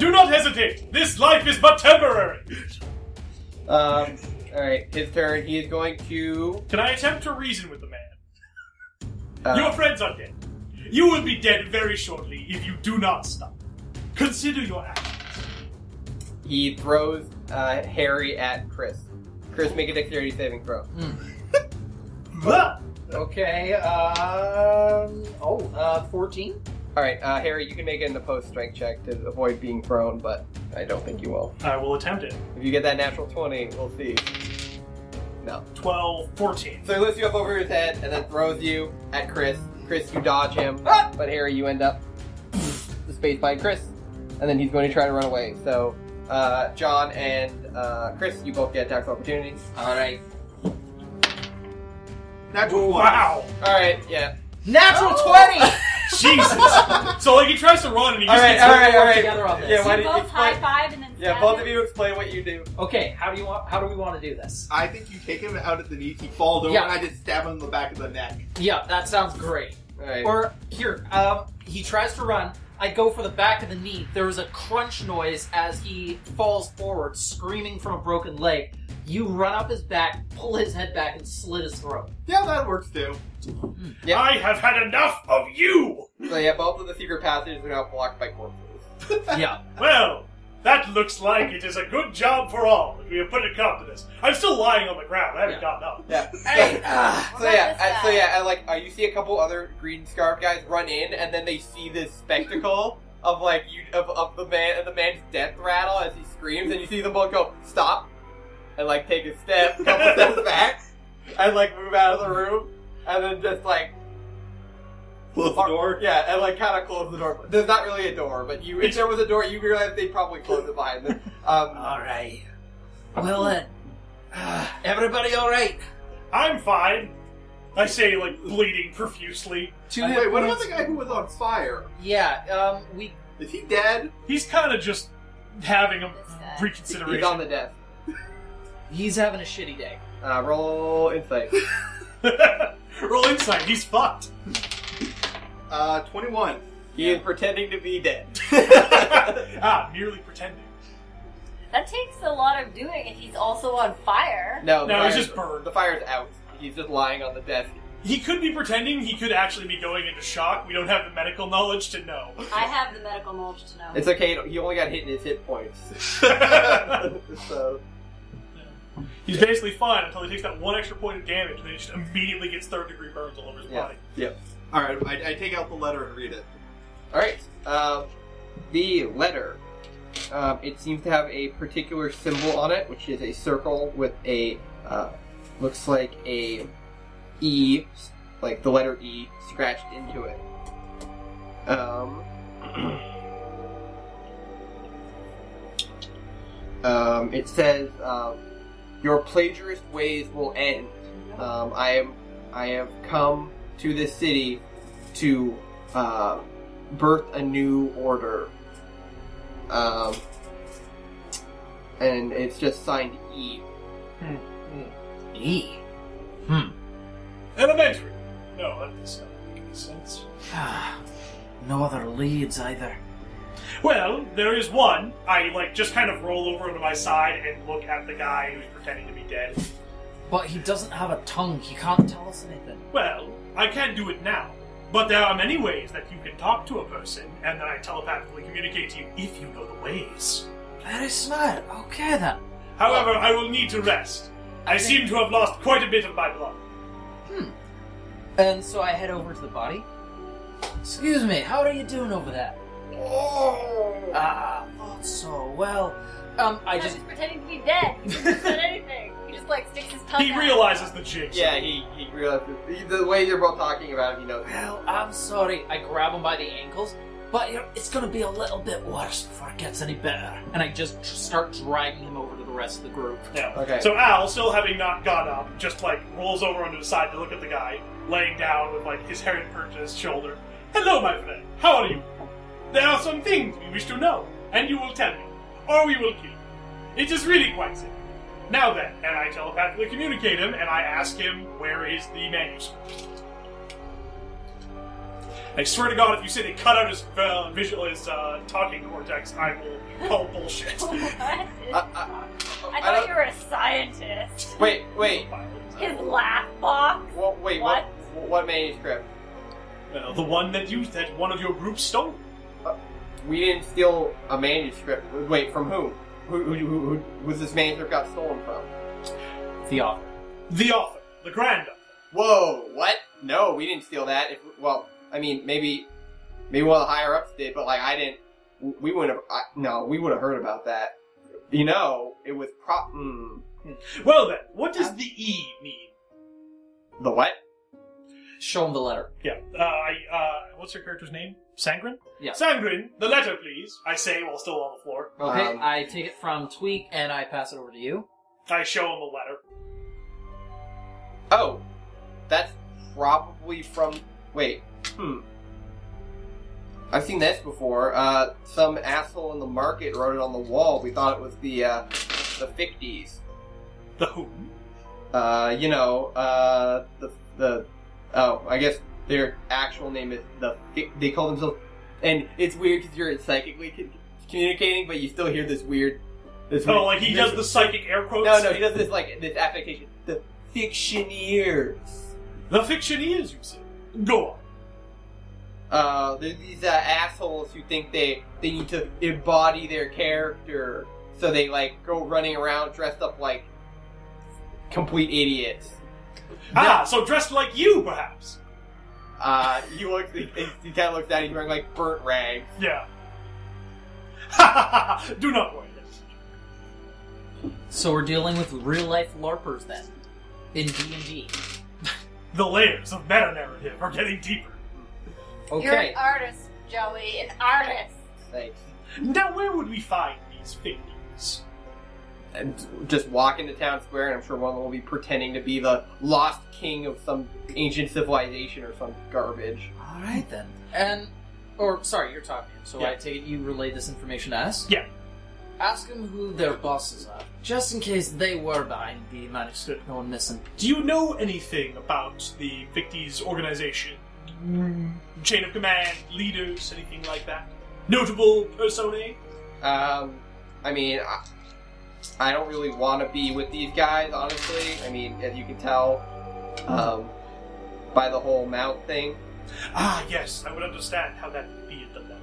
Speaker 3: Do not hesitate. This life is but temporary.
Speaker 2: Um, all right, his turn. He is going to.
Speaker 3: Can I attempt to reason with the man? Your
Speaker 2: Uh,
Speaker 3: friends are dead. You will be dead very shortly if you do not stop. Consider your action.
Speaker 2: he throws uh, Harry at Chris. Chris, make a dexterity saving throw.
Speaker 3: Ah!
Speaker 6: Okay. Um. Oh, uh, 14?
Speaker 2: All right, uh, Harry, you can make it in the post strength check to avoid being thrown, but I don't think you will.
Speaker 3: I will attempt it.
Speaker 2: If you get that natural twenty, we'll see. No.
Speaker 3: 12, 14.
Speaker 2: So he lifts you up over his head and then throws you at Chris. Chris, you dodge him, but Harry, you end up the space by Chris, and then he's going to try to run away. So uh, John and uh, Chris, you both get attacks of opportunities.
Speaker 6: Alright.
Speaker 4: Natural one.
Speaker 3: Wow.
Speaker 2: All right, yeah.
Speaker 6: Natural
Speaker 2: Oh!
Speaker 3: Jesus. so like he tries to run and he
Speaker 2: All
Speaker 3: just
Speaker 2: right,
Speaker 3: gets
Speaker 2: all right, all right.
Speaker 6: together on this.
Speaker 2: Yeah,
Speaker 5: So
Speaker 2: why
Speaker 5: you
Speaker 2: did
Speaker 5: both high
Speaker 2: explain?
Speaker 5: five and then
Speaker 2: Yeah,
Speaker 5: stab
Speaker 2: both
Speaker 5: him?
Speaker 2: of you explain what you do.
Speaker 6: 20! Okay, how do you want, how do we want to do this?
Speaker 4: I think you take him out at the knees. He falls over,
Speaker 6: Yeah.
Speaker 4: and I just stab him in the back of the neck.
Speaker 6: Yeah, that sounds great.
Speaker 2: All right.
Speaker 6: Or here, um, he tries to run. I go for the back of the knee. There is a crunch noise as he falls forward, screaming from a broken leg. You run up his back, pull his head back, and slit his throat.
Speaker 4: Yeah, that works too.
Speaker 2: Yeah.
Speaker 3: I have had enough of you.
Speaker 2: So yeah, both of the secret passages are now blocked by corpses.
Speaker 6: Yeah.
Speaker 3: Well, that looks like it is a good job for all. that We have put a cop to this. I'm still lying on the ground. I haven't
Speaker 6: Yeah.
Speaker 3: gotten up.
Speaker 2: Yeah.
Speaker 6: Hey,
Speaker 2: Ah, so
Speaker 5: What
Speaker 2: yeah,
Speaker 5: is
Speaker 2: I, so
Speaker 5: that?
Speaker 2: yeah, I like uh, you see a couple other green scarf guys run in, and then they see this spectacle of like you of, of the man of the man's death rattle as he screams, and you see them both go stop, and like take a step, couple steps back, and like move out of the room, and then just like
Speaker 4: Close the door.
Speaker 2: yeah, and like kind of close the door. There's not really a door, but you if there was a door, you realize they probably closed it behind them.
Speaker 4: Uh,
Speaker 2: Um,
Speaker 6: All right. Well then. Everybody all right?
Speaker 3: I'm fine. I say, like, bleeding profusely.
Speaker 6: Two hit
Speaker 4: Wait, what about
Speaker 6: points.
Speaker 4: the guy who was on fire?
Speaker 6: Yeah, um, we.
Speaker 4: Is he dead?
Speaker 3: He's kind of just having a
Speaker 5: This guy.
Speaker 2: he's on
Speaker 3: reconsideration.
Speaker 2: the desk.
Speaker 6: He's having a shitty day.
Speaker 2: Uh, roll insight.
Speaker 3: Roll insight. He's fucked.
Speaker 4: Uh, 21.
Speaker 2: He is pretending to be dead.
Speaker 3: ah, merely pretending.
Speaker 5: That takes a lot of doing if he's also on fire.
Speaker 2: No, the
Speaker 3: No, he's
Speaker 2: fire's-
Speaker 3: just burned.
Speaker 2: The fire's out. He's just lying on the desk.
Speaker 3: He could be pretending. He could actually be going into shock. We don't have the medical knowledge to know.
Speaker 5: I have the medical knowledge to know.
Speaker 2: It's okay. He only got hit in his hit points. so
Speaker 3: He's basically fine until he takes that one extra point of damage, and then he just immediately gets third degree burns all over his
Speaker 2: Yeah.
Speaker 3: body.
Speaker 4: Alright, I, I take out the letter and read it.
Speaker 2: All right. Um, the letter. Um, it seems to have a particular symbol on it, which is a circle with a uh, looks like a E, like the letter E scratched into it. Um. um, it says, um, "Your plagiarist ways will end. Um, I am, I have come to this city to." Uh, birth a new order. Um, and it's just signed E.
Speaker 6: E.
Speaker 3: Elementary. No, that doesn't make any sense.
Speaker 6: no other leads either.
Speaker 3: Well, there is one. I like just kind of roll over to my side and look at the guy who's pretending to be dead.
Speaker 6: But he doesn't have a tongue. He can't tell us anything.
Speaker 3: Well, I can't do it now. But there are many ways that you can talk to a person, and then I telepathically communicate to you if you know the ways.
Speaker 6: Very smart. Okay then.
Speaker 3: However, I will need to rest. I seem to have lost quite a bit of my blood.
Speaker 6: And so I head over to the body. Excuse me, how are you doing over there? Ah, not so well. Um, I
Speaker 5: He's
Speaker 6: just.
Speaker 5: just pretending to be dead. He doesn't said anything. He just like sticks his tongue.
Speaker 3: He
Speaker 5: out.
Speaker 3: realizes the jinx.
Speaker 2: Yeah, he, he realizes he- the way you're both talking about him, he knows.
Speaker 6: Well, I'm sorry. I grab him by the ankles, but you know, it's gonna be a little bit worse before it gets any better. And I just tr- start dragging him over to the rest of the group.
Speaker 3: No.
Speaker 2: Okay.
Speaker 3: So Al, still having not got up, just like rolls over onto his side to look at the guy, laying down with like his head perched on his shoulder. Hello, my friend. How are you? There are some things we wish to know, and you will tell me, or we will kill you. It is really quite simple. Now then, and I telepathically communicate him, and I ask him where is the manuscript. I swear to God, if you say they cut out his uh, visual, his uh, talking cortex, I will call bullshit.
Speaker 5: What?
Speaker 2: I, I,
Speaker 5: I
Speaker 2: I
Speaker 5: thought
Speaker 2: don't,
Speaker 5: you were a scientist.
Speaker 2: wait, wait,
Speaker 5: His laugh box.
Speaker 2: wha- wait. What? What, manuscript?
Speaker 3: Well, the one that you that one of your group stole.
Speaker 2: We didn't steal a manuscript. Wait, from whom? Who, who, who, who was this manuscript got stolen from?
Speaker 6: The author.
Speaker 3: The author, the grand author.
Speaker 2: Whoa! What? No, we didn't steal that. If, well, I mean, maybe, maybe one of the higher ups did, but like I didn't. We wouldn't have. I, no, we would have heard about that. You know, it was prop. Mm,
Speaker 3: Well then, what does the E mean?
Speaker 2: the what?
Speaker 6: Show him the letter.
Speaker 3: Yeah. Uh, I, uh, what's your character's name? Sangrin.
Speaker 6: Yeah.
Speaker 3: Sangrin, the letter, please. I say while still on the floor.
Speaker 6: Okay,
Speaker 2: Um,
Speaker 6: I take it from Tweak and I pass it over to you.
Speaker 3: I show him the letter.
Speaker 2: Oh, that's probably from. Wait. Hmm. I've seen this before. Uh, some asshole in the market wrote it on the wall. We thought it was the uh, the ficties.
Speaker 3: The who?
Speaker 2: uh, you know, uh, the, the, oh, I guess their actual name is the, they call themselves, and it's weird because you're psychically con- communicating, but you still hear this weird, this
Speaker 3: Oh,
Speaker 2: weird-
Speaker 3: like he
Speaker 2: this-
Speaker 3: does the psychic air quotes.
Speaker 2: No, no, he does this, like, this affectation. The fictioneers.
Speaker 3: The fiction is, you say. Go on.
Speaker 2: Uh, there's these uh, assholes who think they, they need to embody their character, so they, like, go running around dressed up like complete idiots.
Speaker 3: Ah, so dressed like you, perhaps.
Speaker 2: Uh, he looks. He, he kind of looks down. He's wearing like burnt rags.
Speaker 3: Yeah. Ha ha ha! Do not worry.
Speaker 6: So we're dealing with real life LARPers then, in D and D.
Speaker 3: The layers of meta narrative are getting deeper.
Speaker 5: You're
Speaker 6: Okay.
Speaker 5: an artist, Joey. An artist.
Speaker 2: Thanks.
Speaker 3: Now, where would we find these figures?
Speaker 2: And just walk into town square, and I'm sure one of them will be pretending to be the lost king of some ancient civilization or some garbage.
Speaker 6: All right then. And, or sorry, you're talking. So
Speaker 3: Yeah.
Speaker 6: I take it you relay this information to us.
Speaker 3: Yeah.
Speaker 6: Ask them who their bosses are, just in case they were behind the manuscript no one missing.
Speaker 3: Do you know anything about the Victis organization? Mm, Chain of command, leaders, anything like that? Notable personae?
Speaker 2: Um, I mean, I, I don't really want to be with these guys, honestly. I mean, as you can tell, um, by the whole mount thing.
Speaker 3: Ah, yes, I would understand how that would be a dilemma.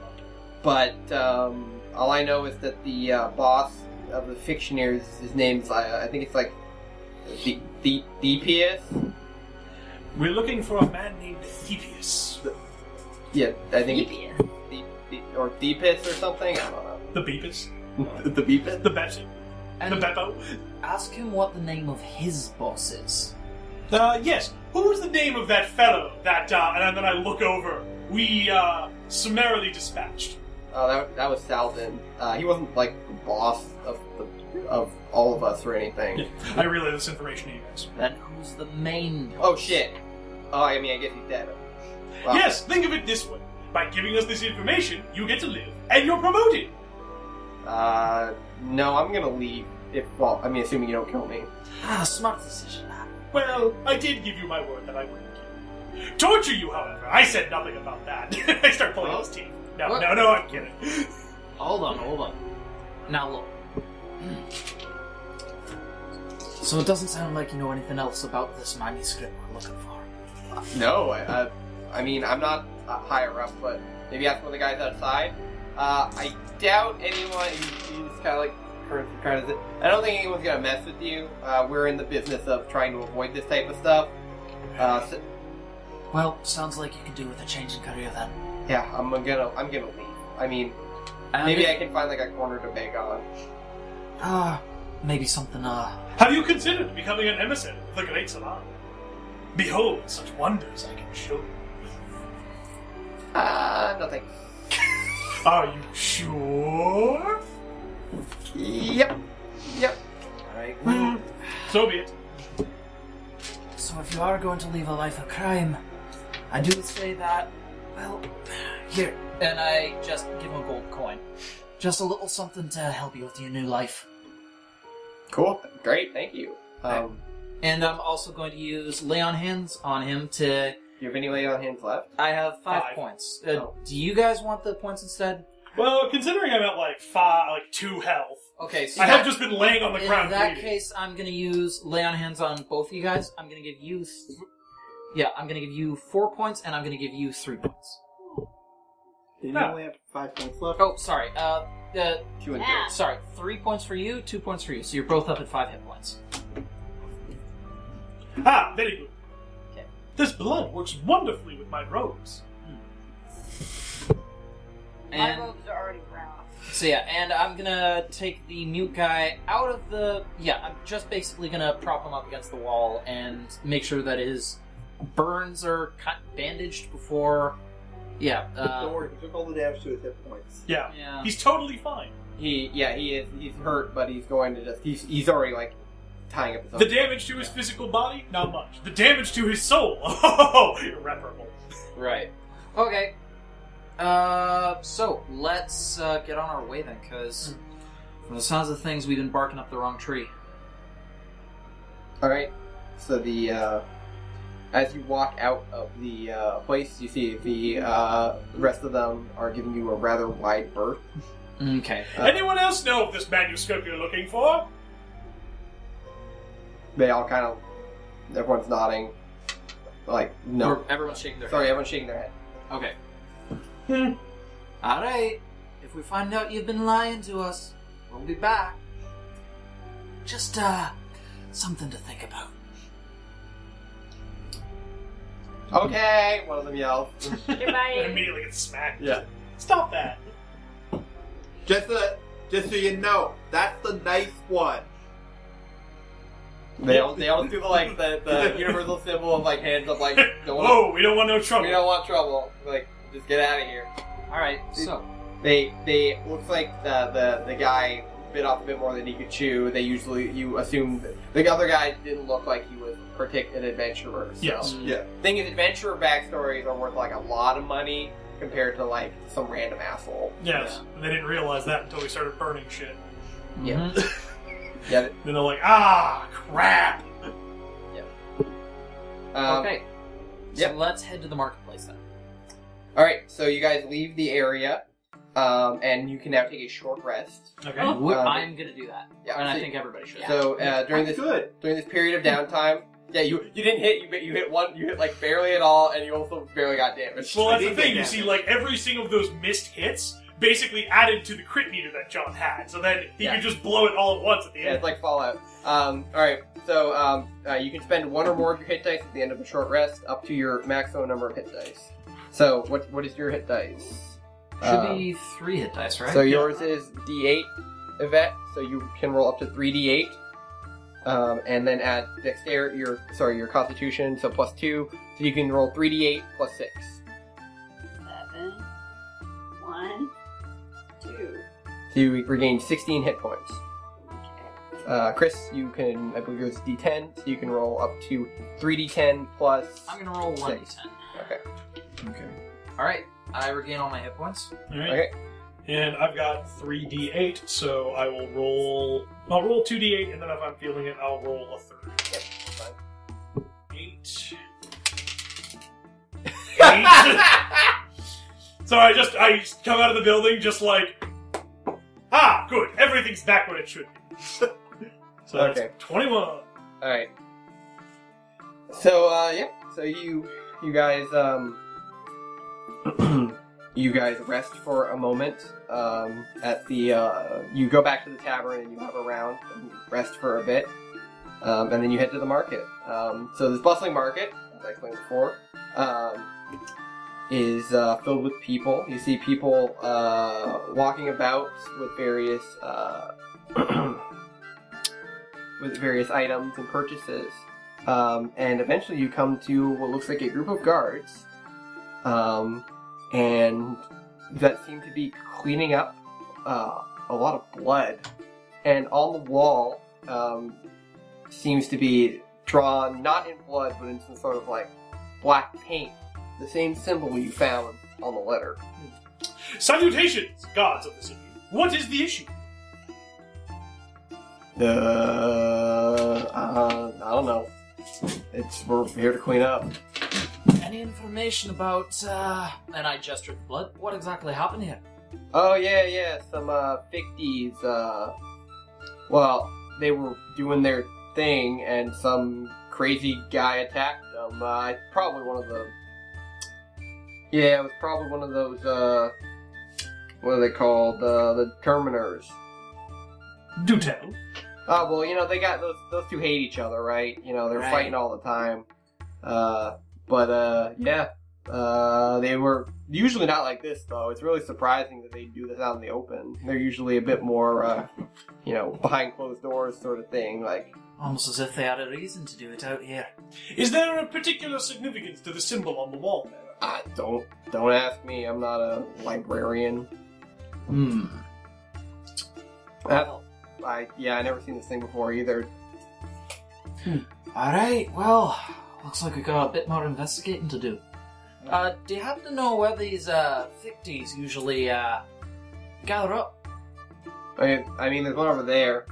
Speaker 2: But um, all I know is that the uh, boss of the Fictioneers, his name's uh, I think it's like the the DPS.
Speaker 3: We're looking for a man named Thebeus.
Speaker 2: Yeah, I think it's
Speaker 5: Devious.
Speaker 2: the, the, or Deepus or something. I don't know.
Speaker 3: The Beepus?
Speaker 2: the Beepus.
Speaker 3: The Betty? The
Speaker 6: And
Speaker 3: Beppo?
Speaker 6: ask him what the name of his boss is.
Speaker 3: Uh, yes. Who was the name of that fellow that, uh, and then I look over, we, uh, summarily dispatched?
Speaker 2: Oh, that, that was Salvin. Uh, he wasn't like the boss of the, of all of us or anything.
Speaker 3: I relay this information to you guys.
Speaker 6: And who's the main boss?
Speaker 2: Oh shit. Oh, I mean, I guess he's dead. Wow.
Speaker 3: Yes, think of it this way. By giving us this information, you get to live, and you're promoted.
Speaker 2: Uh, no, I'm gonna leave. If well, I mean, assuming you don't kill me.
Speaker 6: Ah, smart decision.
Speaker 3: Well, I did give you my word that I wouldn't kill you. Torture you, however. I said nothing about that. I start pulling his teeth. No,
Speaker 6: What?
Speaker 3: no, no, I'm kidding.
Speaker 6: Hold on, hold on. Now look. Hmm. So it doesn't sound like you know anything else about this manuscript we're looking for.
Speaker 2: No, I, I, I mean, I'm not uh, higher up, but maybe ask one of the guys outside. Uh, I doubt anyone. He, he's kind of like current- current- I don't think anyone's gonna mess with you. Uh, we're in the business of trying to avoid this type of stuff. Uh, so,
Speaker 6: Well, sounds like you could do with a change in career then.
Speaker 2: yeah, I'm gonna, I'm gonna leave. I mean,
Speaker 6: And
Speaker 2: maybe
Speaker 6: if-
Speaker 2: I can find like a corner to beg on.
Speaker 6: Ah, maybe something, uh.
Speaker 3: Have you considered becoming an emissary of the Great Salam? Behold, such wonders I can show you.
Speaker 2: Uh, nothing.
Speaker 3: Are you sure?
Speaker 2: Yep. Yep.
Speaker 6: Alright,
Speaker 3: Hmm. So be it.
Speaker 6: So if you are going to live a life of crime, I do say that, well, here. And I just give him a gold coin. Just a little something to help you with your new life.
Speaker 2: Cool. Great. Thank you. Um,
Speaker 6: And I'm also going to use lay on hands on him to.
Speaker 2: do you have any lay on hands left?
Speaker 6: I have five,
Speaker 3: Five.
Speaker 6: points. Uh,
Speaker 2: Oh.
Speaker 6: Do you guys want the points instead?
Speaker 3: Well, considering I'm at like five, like two health,
Speaker 6: Okay, so
Speaker 3: I have just been laying on the
Speaker 6: in
Speaker 3: ground.
Speaker 6: that
Speaker 3: bleeding.
Speaker 6: case, I'm gonna use lay on hands on both of you guys. I'm gonna give you, th- yeah, I'm gonna give you four points, and I'm gonna give you three points.
Speaker 4: You
Speaker 3: No.
Speaker 4: only have five points left.
Speaker 6: Oh, sorry. Uh, uh,
Speaker 2: Two and
Speaker 5: Yeah.
Speaker 6: sorry. Three points for you, two points for you. So you're both up at five hit points.
Speaker 3: Ah, very good.
Speaker 6: Okay.
Speaker 3: This blood works wonderfully with my robes.
Speaker 5: My
Speaker 6: And
Speaker 5: robes are already brown.
Speaker 6: so yeah, and I'm gonna take the mute guy out of the. Yeah, I'm just basically gonna prop him up against the wall and make sure that his burns are cut, bandaged before. Yeah.
Speaker 4: Don't
Speaker 6: Uh,
Speaker 4: worry, he took all the damage to his hit points.
Speaker 3: Yeah.
Speaker 6: yeah.
Speaker 3: He's totally fine.
Speaker 2: He, yeah, he is. He's hurt, but he's going to just. He's, he's already like tying up his. own-
Speaker 3: The damage to his physical body, not much. The damage to his soul, oh, irreparable.
Speaker 6: Right. Okay. Uh, so let's uh, get on our way then, because from the sounds of things, we've been barking up the wrong tree.
Speaker 2: All right. So the uh, as you walk out of the uh, place, you see the uh, rest of them are giving you a rather wide berth.
Speaker 6: Okay.
Speaker 2: Uh,
Speaker 3: Anyone else know of this manuscript you're looking for?
Speaker 2: They all kind of. Everyone's nodding. Like no.
Speaker 6: Or Everyone's shaking their
Speaker 2: Sorry,
Speaker 6: head.
Speaker 2: everyone's shaking their head.
Speaker 6: Okay. All right. If we find out you've been lying to us, we'll be back. Just uh, something to think about.
Speaker 2: Okay. One of them yells.
Speaker 3: And
Speaker 5: Goodbye.
Speaker 3: immediately gets smacked.
Speaker 2: Yeah.
Speaker 3: Stop that.
Speaker 4: Just, uh, just so you know, that's the nice one.
Speaker 2: They all, they all do the like the, the universal symbol of like hands up, like don't want
Speaker 3: Whoa, Oh, we don't want no trouble.
Speaker 2: we don't want trouble. Like just get out of here.
Speaker 6: All right, so
Speaker 2: They they looks like the, the the guy bit off a bit more than he could chew. They usually you assume that the other guy didn't look like he was partic- an adventurer. So.
Speaker 3: Yes.
Speaker 1: Yeah.
Speaker 2: Thing is, adventurer backstories are worth like a lot of money compared to like some random asshole.
Speaker 3: Yes. And they didn't realize that until we started burning shit.
Speaker 2: Yeah.
Speaker 6: Mhm.
Speaker 2: Yeah.
Speaker 3: Then they're like, ah, crap.
Speaker 2: Um,
Speaker 6: okay.
Speaker 2: yeah.
Speaker 6: So let's head to the marketplace then.
Speaker 2: All right. So you guys leave the area, um, and you can now take a short rest.
Speaker 3: Okay.
Speaker 6: Oh,
Speaker 2: Would-
Speaker 6: I'm gonna do that,
Speaker 2: Yeah.
Speaker 6: and
Speaker 2: so,
Speaker 6: I think everybody should.
Speaker 2: so. Uh, during this
Speaker 4: Good.
Speaker 2: during this period of downtime. Yeah, you you didn't hit you hit- you hit one you hit like barely at all, and you also barely got damaged.
Speaker 3: Well, that's
Speaker 4: I
Speaker 3: the
Speaker 4: did
Speaker 3: thing.
Speaker 4: get
Speaker 3: You
Speaker 4: that.
Speaker 3: see, like every single of those missed hits basically added to the crit meter that John had, so then he
Speaker 2: Yeah.
Speaker 3: could just blow it all at once at the
Speaker 2: Yeah,
Speaker 3: end.
Speaker 2: it's like Fallout. Um, all right, so um, uh, you can spend one or more of your hit dice at the end of a short rest, up to your maximum number of hit dice. So what what is your hit dice?
Speaker 6: Should
Speaker 2: Um,
Speaker 6: be three hit dice, right?
Speaker 2: So yours is D8, Yvette. So you can roll up to three D8, um, and then add dexterity, your sorry, your Constitution, so plus two. So you can roll three D8 plus six.
Speaker 5: Seven. One. Two.
Speaker 2: So you regain sixteen hit points.
Speaker 5: Okay.
Speaker 2: Uh, Chris, you can I believe yours is D10, so you can roll up to three D10 plus.
Speaker 6: I'm gonna roll one
Speaker 2: Six.
Speaker 6: d10.
Speaker 2: Okay.
Speaker 4: Okay.
Speaker 6: All right, I regain all my hit points.
Speaker 3: All right.
Speaker 2: Okay.
Speaker 3: And I've got three d8, so I will roll. I'll roll two d8, and then if I'm feeling it, I'll roll a third.
Speaker 2: fine.
Speaker 3: Eight. Eight. so I just I come out of the building just like, ah, good. Everything's back where it should be. so
Speaker 2: Okay.
Speaker 3: that's twenty-one.
Speaker 2: All right. So uh, yeah, so you you guys um you guys rest for a moment um, at the uh, you go back to the tavern and you have a round and you rest for a bit um, and then you head to the market. Um, so this bustling market, as I explained before, um, is uh, filled with people. You see people uh, walking about with various. Uh, with various items and purchases. Um, and eventually you come to what looks like a group of guards um, and that seem to be cleaning up uh, a lot of blood. And on the wall um, seems to be drawn not in blood but in some sort of like black paint, the same symbol you found on the letter.
Speaker 3: Salutations, gods of the city. What is the issue?
Speaker 2: Uh, uh, I don't know. It's we're here to clean up.
Speaker 6: Any information about? uh... And I gestured with blood. What exactly happened here?
Speaker 2: Oh yeah, yeah, some uh fifties, uh well, they were doing their thing and some crazy guy attacked them. Uh it's probably one of the Yeah, it was probably one of those uh what are they called? Uh the terminators.
Speaker 3: Do tell.
Speaker 2: Oh well, you know, they got those those two hate each other, right? You know, they're
Speaker 6: Right.
Speaker 2: fighting all the time. Uh but uh yeah. Uh, they were usually not like this though. It's really surprising that they do this out in the open. They're usually a bit more, uh, you know, behind closed doors sort of thing. Like,
Speaker 6: Almost as if they had a reason to do it out here.
Speaker 3: Is there a particular significance to the symbol on the wall there?
Speaker 2: I "Ah, don't don't ask me. I'm not a librarian.
Speaker 6: Hmm.
Speaker 2: I, I yeah, I never seen this thing before either.
Speaker 6: All right. Well, looks like we got a bit more investigating to do. Uh, do you happen to know where these uh, ficties usually uh, gather up?
Speaker 2: I mean, I mean, there's one over there.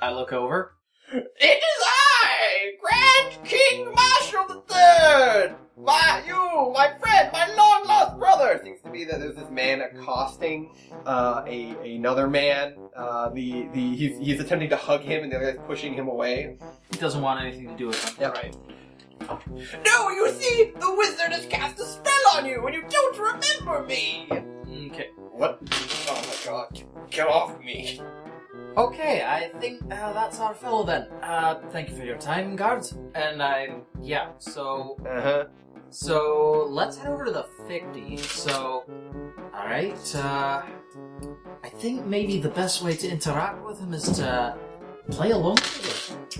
Speaker 6: I look over.
Speaker 2: It is I, Grand King Marshal the Third. My, you, my friend, my long lost brother. Seems to be that there's this man accosting uh, a another man. Uh, the the he's, he's attempting to hug him, and the other guy's pushing him away.
Speaker 6: He doesn't want anything to do with them.
Speaker 2: Yeah, right. No, you see, the wizard has cast a spell on you, and you don't remember me.
Speaker 6: Okay.
Speaker 2: What? Oh my god! Get off me!
Speaker 6: Okay. I think uh, that's our fellow then. Uh, thank you for your time, guards. And I, yeah. So,
Speaker 2: Uh huh.
Speaker 6: so let's head over to the ficties. So, all right. Uh, I think maybe the best way to interact with them is to Play alone.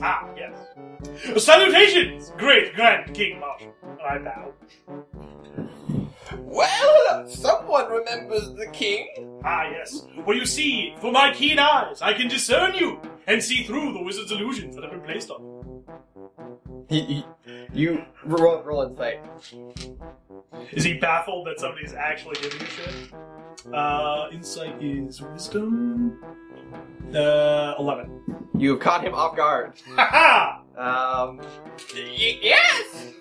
Speaker 3: Ah, yes. Salutations, great Grand King Marshal. And I bow.
Speaker 7: Well, someone remembers the king.
Speaker 3: Ah, yes. Well, you see, for my keen eyes, I can discern you and see through the wizard's illusions that have been placed on you.
Speaker 2: He, he, you roll, roll insight.
Speaker 3: Is he baffled that somebody's actually giving you shit? Uh, insight is wisdom. Uh, 11.
Speaker 2: You have caught him off guard.
Speaker 3: Ha ha!
Speaker 2: Um,
Speaker 7: Y- yes!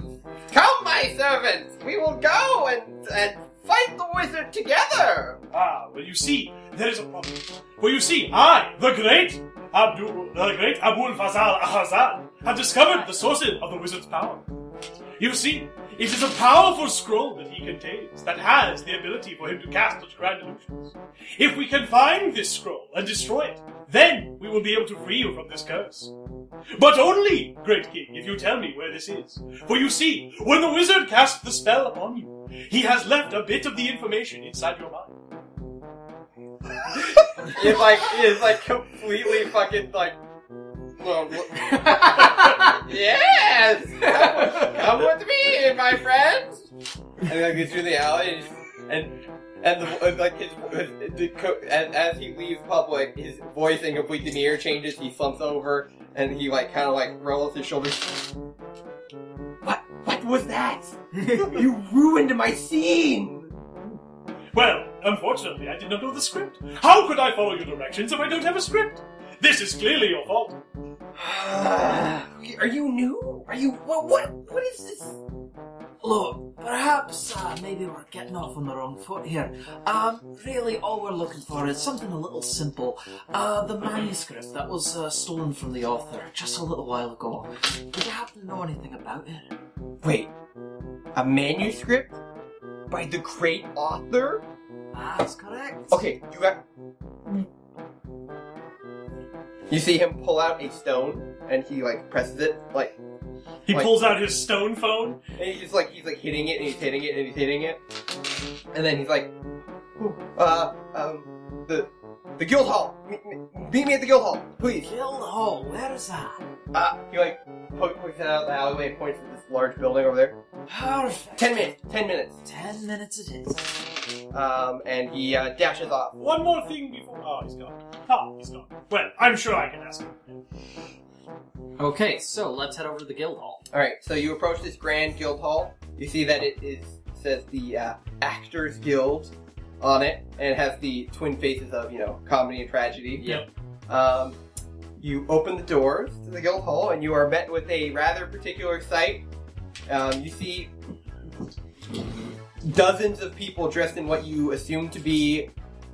Speaker 7: Come, my servants! We will go and, and fight the wizard together!
Speaker 3: Ah, well, you see, there is a problem. Well, you see, I, the great Abdul, the great Abul Fazal Ahazad, have discovered the source of the wizard's power. You see, it is a powerful scroll that he contains that has the ability for him to cast such grand illusions. If we can find this scroll and destroy it, then we will be able to free you from this curse. But only, great king, if you tell me where this is. For you see, when the wizard casts the spell upon you, he has left a bit of the information inside your mind.
Speaker 2: it's like it's like completely fucking like. well,
Speaker 7: Yes! Come with me, my friends!
Speaker 2: and like goes through the alley and just- and and, the, and like his, his the co- and as he leaves public, his voice in complete demeanor changes. He slumps over and he like kind of like rolls his shoulders. What what was that? you ruined my scene.
Speaker 3: Well, unfortunately, I did not know the script. How could I follow your directions if I don't have a script? This is clearly your fault.
Speaker 6: Are you new? Are you what? What? What is this? Look, perhaps uh, maybe we're getting off on the wrong foot here. Um, really, all we're looking for is something a little simple. Uh, the manuscript that was uh, stolen from the author just a little while ago. Did you happen to know anything about it?
Speaker 2: Wait, a manuscript by the great author?
Speaker 6: That's correct.
Speaker 2: Okay, you got. You see him pull out a stone, and he like presses it, like
Speaker 3: He
Speaker 2: Wait.
Speaker 3: pulls out his stone phone.
Speaker 2: and he's just like he's like hitting it, and he's hitting it, and he's hitting it, and then he's like, uh, um, the the guild hall, meet, meet me at the guild hall, please.
Speaker 6: Guild Hall, where is that?
Speaker 2: Uh, he like po- points it out of the alleyway and points at this large building over there.
Speaker 6: Perfect.
Speaker 2: Ten minutes, ten minutes.
Speaker 6: Ten minutes it is.
Speaker 2: Um, and he uh, dashes off.
Speaker 3: One more thing before. Oh, he's gone. Ah, he's gone. Well, I'm sure I can ask him.
Speaker 6: Okay, so let's head over to the Guild Hall.
Speaker 2: All right, so you approach this grand guild hall. You see that it is says the uh, Actors Guild on it, and it has the twin faces of you know comedy and tragedy.
Speaker 3: Yep.
Speaker 2: Um, you open the doors to the guild hall, and you are met with a rather particular sight. Um, you see dozens of people dressed in what you assume to be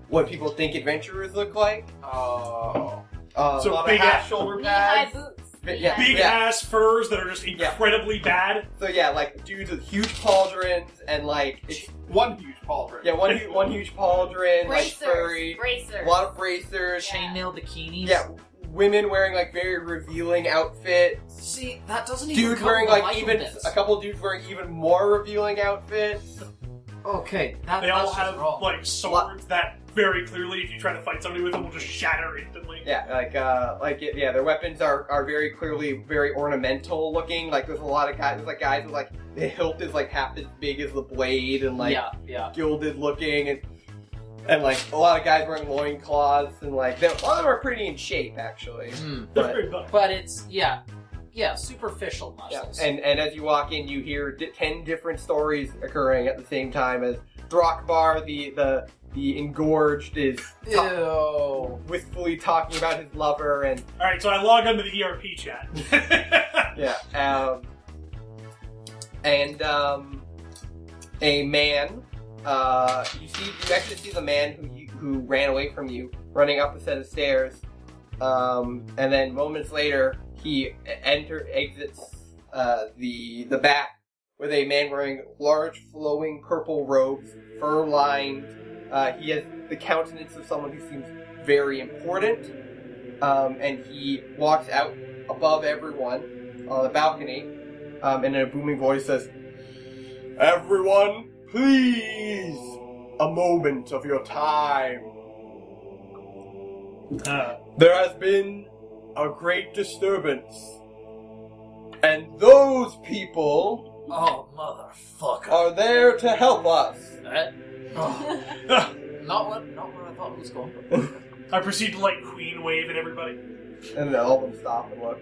Speaker 2: what people think adventurers look like.
Speaker 7: Oh.
Speaker 2: Uh,
Speaker 3: So
Speaker 2: a lot
Speaker 3: big
Speaker 2: of half
Speaker 3: ass-
Speaker 2: shoulder
Speaker 5: Knee-high
Speaker 2: pads.
Speaker 5: boots.
Speaker 2: Yeah,
Speaker 5: knee-high
Speaker 3: Big
Speaker 2: Yeah.
Speaker 3: ass furs that are just incredibly bad.
Speaker 2: So yeah, like dudes with huge pauldrons and like it's
Speaker 4: One huge pauldron.
Speaker 2: Yeah, one hu- one huge pauldron, like
Speaker 5: Bracers.
Speaker 2: furry, a
Speaker 5: Bracers.
Speaker 2: lot of bracers.
Speaker 6: Chainmail bikinis.
Speaker 2: Yeah, women wearing like very revealing outfits.
Speaker 6: See, that doesn't even
Speaker 2: Dude
Speaker 6: cover
Speaker 2: wearing
Speaker 6: the
Speaker 2: like
Speaker 6: Michael
Speaker 2: even
Speaker 6: bits.
Speaker 2: a couple dudes wearing even more revealing outfits.
Speaker 6: Okay, that,
Speaker 3: They
Speaker 6: that's
Speaker 3: all
Speaker 6: just
Speaker 3: have
Speaker 6: wrong.
Speaker 3: like swords that very clearly, if you try to fight somebody with them, will just shatter instantly.
Speaker 2: Yeah, like uh, like it, yeah, their weapons are, are very clearly very ornamental looking. Like there's a lot of guys, there's, like guys with like the hilt is like half as big as the blade, and like
Speaker 6: yeah, yeah.
Speaker 2: gilded looking and and like a lot of guys wearing loincloths and like they, a lot of them are pretty in shape actually.
Speaker 3: They're
Speaker 2: But-
Speaker 3: very buff.
Speaker 6: Hmm. But it's yeah, yeah, superficial
Speaker 2: Yeah,
Speaker 6: muscles.
Speaker 2: and and as you walk in, you hear d- ten different stories occurring at the same time as Throckbar, the the the engorged, is ta-
Speaker 6: Ew.
Speaker 2: wistfully talking about his lover, and
Speaker 3: All right, so I log onto the E ERP chat.
Speaker 2: yeah, um, and um, a man. Uh, you see, you actually see the man who you, who ran away from you running up a set of stairs, um, and then moments later he e-, enter exits uh, the the back with a man wearing large flowing purple robes, fur lined. Uh, he has the countenance of someone who seems very important, um, and he walks out above everyone on the balcony, um, and in a booming voice says, "Everyone, please, a moment of your time."
Speaker 3: uh,
Speaker 2: There has been
Speaker 8: a great disturbance. And those people
Speaker 6: Oh, motherfucker.
Speaker 8: are there to help us.
Speaker 6: That- oh, not what not what I thought it was going for.
Speaker 3: I proceed to like queen wave at everybody.
Speaker 2: And then all of them stop and look.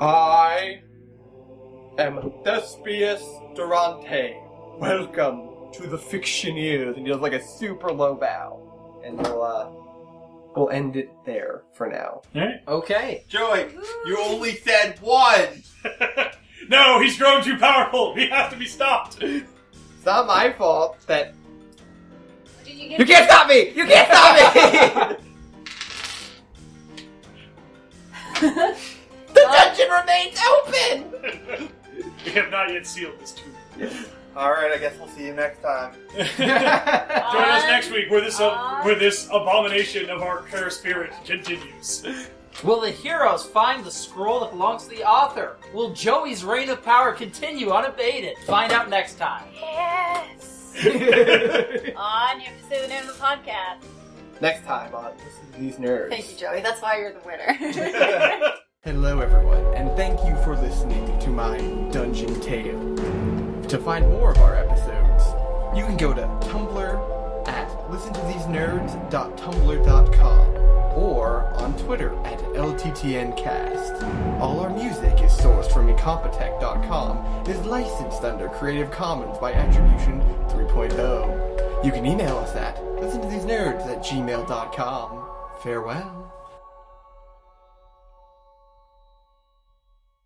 Speaker 8: I am Thespius Durante. Welcome to the Fictioneers.
Speaker 2: And he does like a super low bow. And we'll, uh, we'll end it there for now.
Speaker 6: Okay.
Speaker 1: Joey, you only said one.
Speaker 3: no, he's grown too powerful. He has to be stopped.
Speaker 2: It's not my fault that.
Speaker 5: Did you get
Speaker 2: You can't stop me! You can't stop me!
Speaker 7: The dungeon remains open!
Speaker 3: We have not yet sealed this tomb.
Speaker 4: All right, I guess we'll see you next time.
Speaker 3: Join us
Speaker 5: On-
Speaker 3: next week where this uh,
Speaker 5: on-
Speaker 3: where this abomination of our fair spirit continues.
Speaker 6: Will the heroes find the scroll that belongs to the author? Will Joey's reign of power continue unabated? Find out next time.
Speaker 5: Yes. On, you have to say the name of the podcast.
Speaker 2: Next time on This is These Nerds.
Speaker 5: Thank you, Joey. That's why you're the winner.
Speaker 2: Hello, everyone, and thank you for listening to my dungeon tale. To find more of our episodes, you can go to Tumblr at listentothesenerds.tumblr.com or on Twitter at LTTNcast. All our music is sourced from incompetech.com and is licensed under Creative Commons by Attribution oh. 3.0. You can email us at listentothesenerds at gmail.com. Farewell.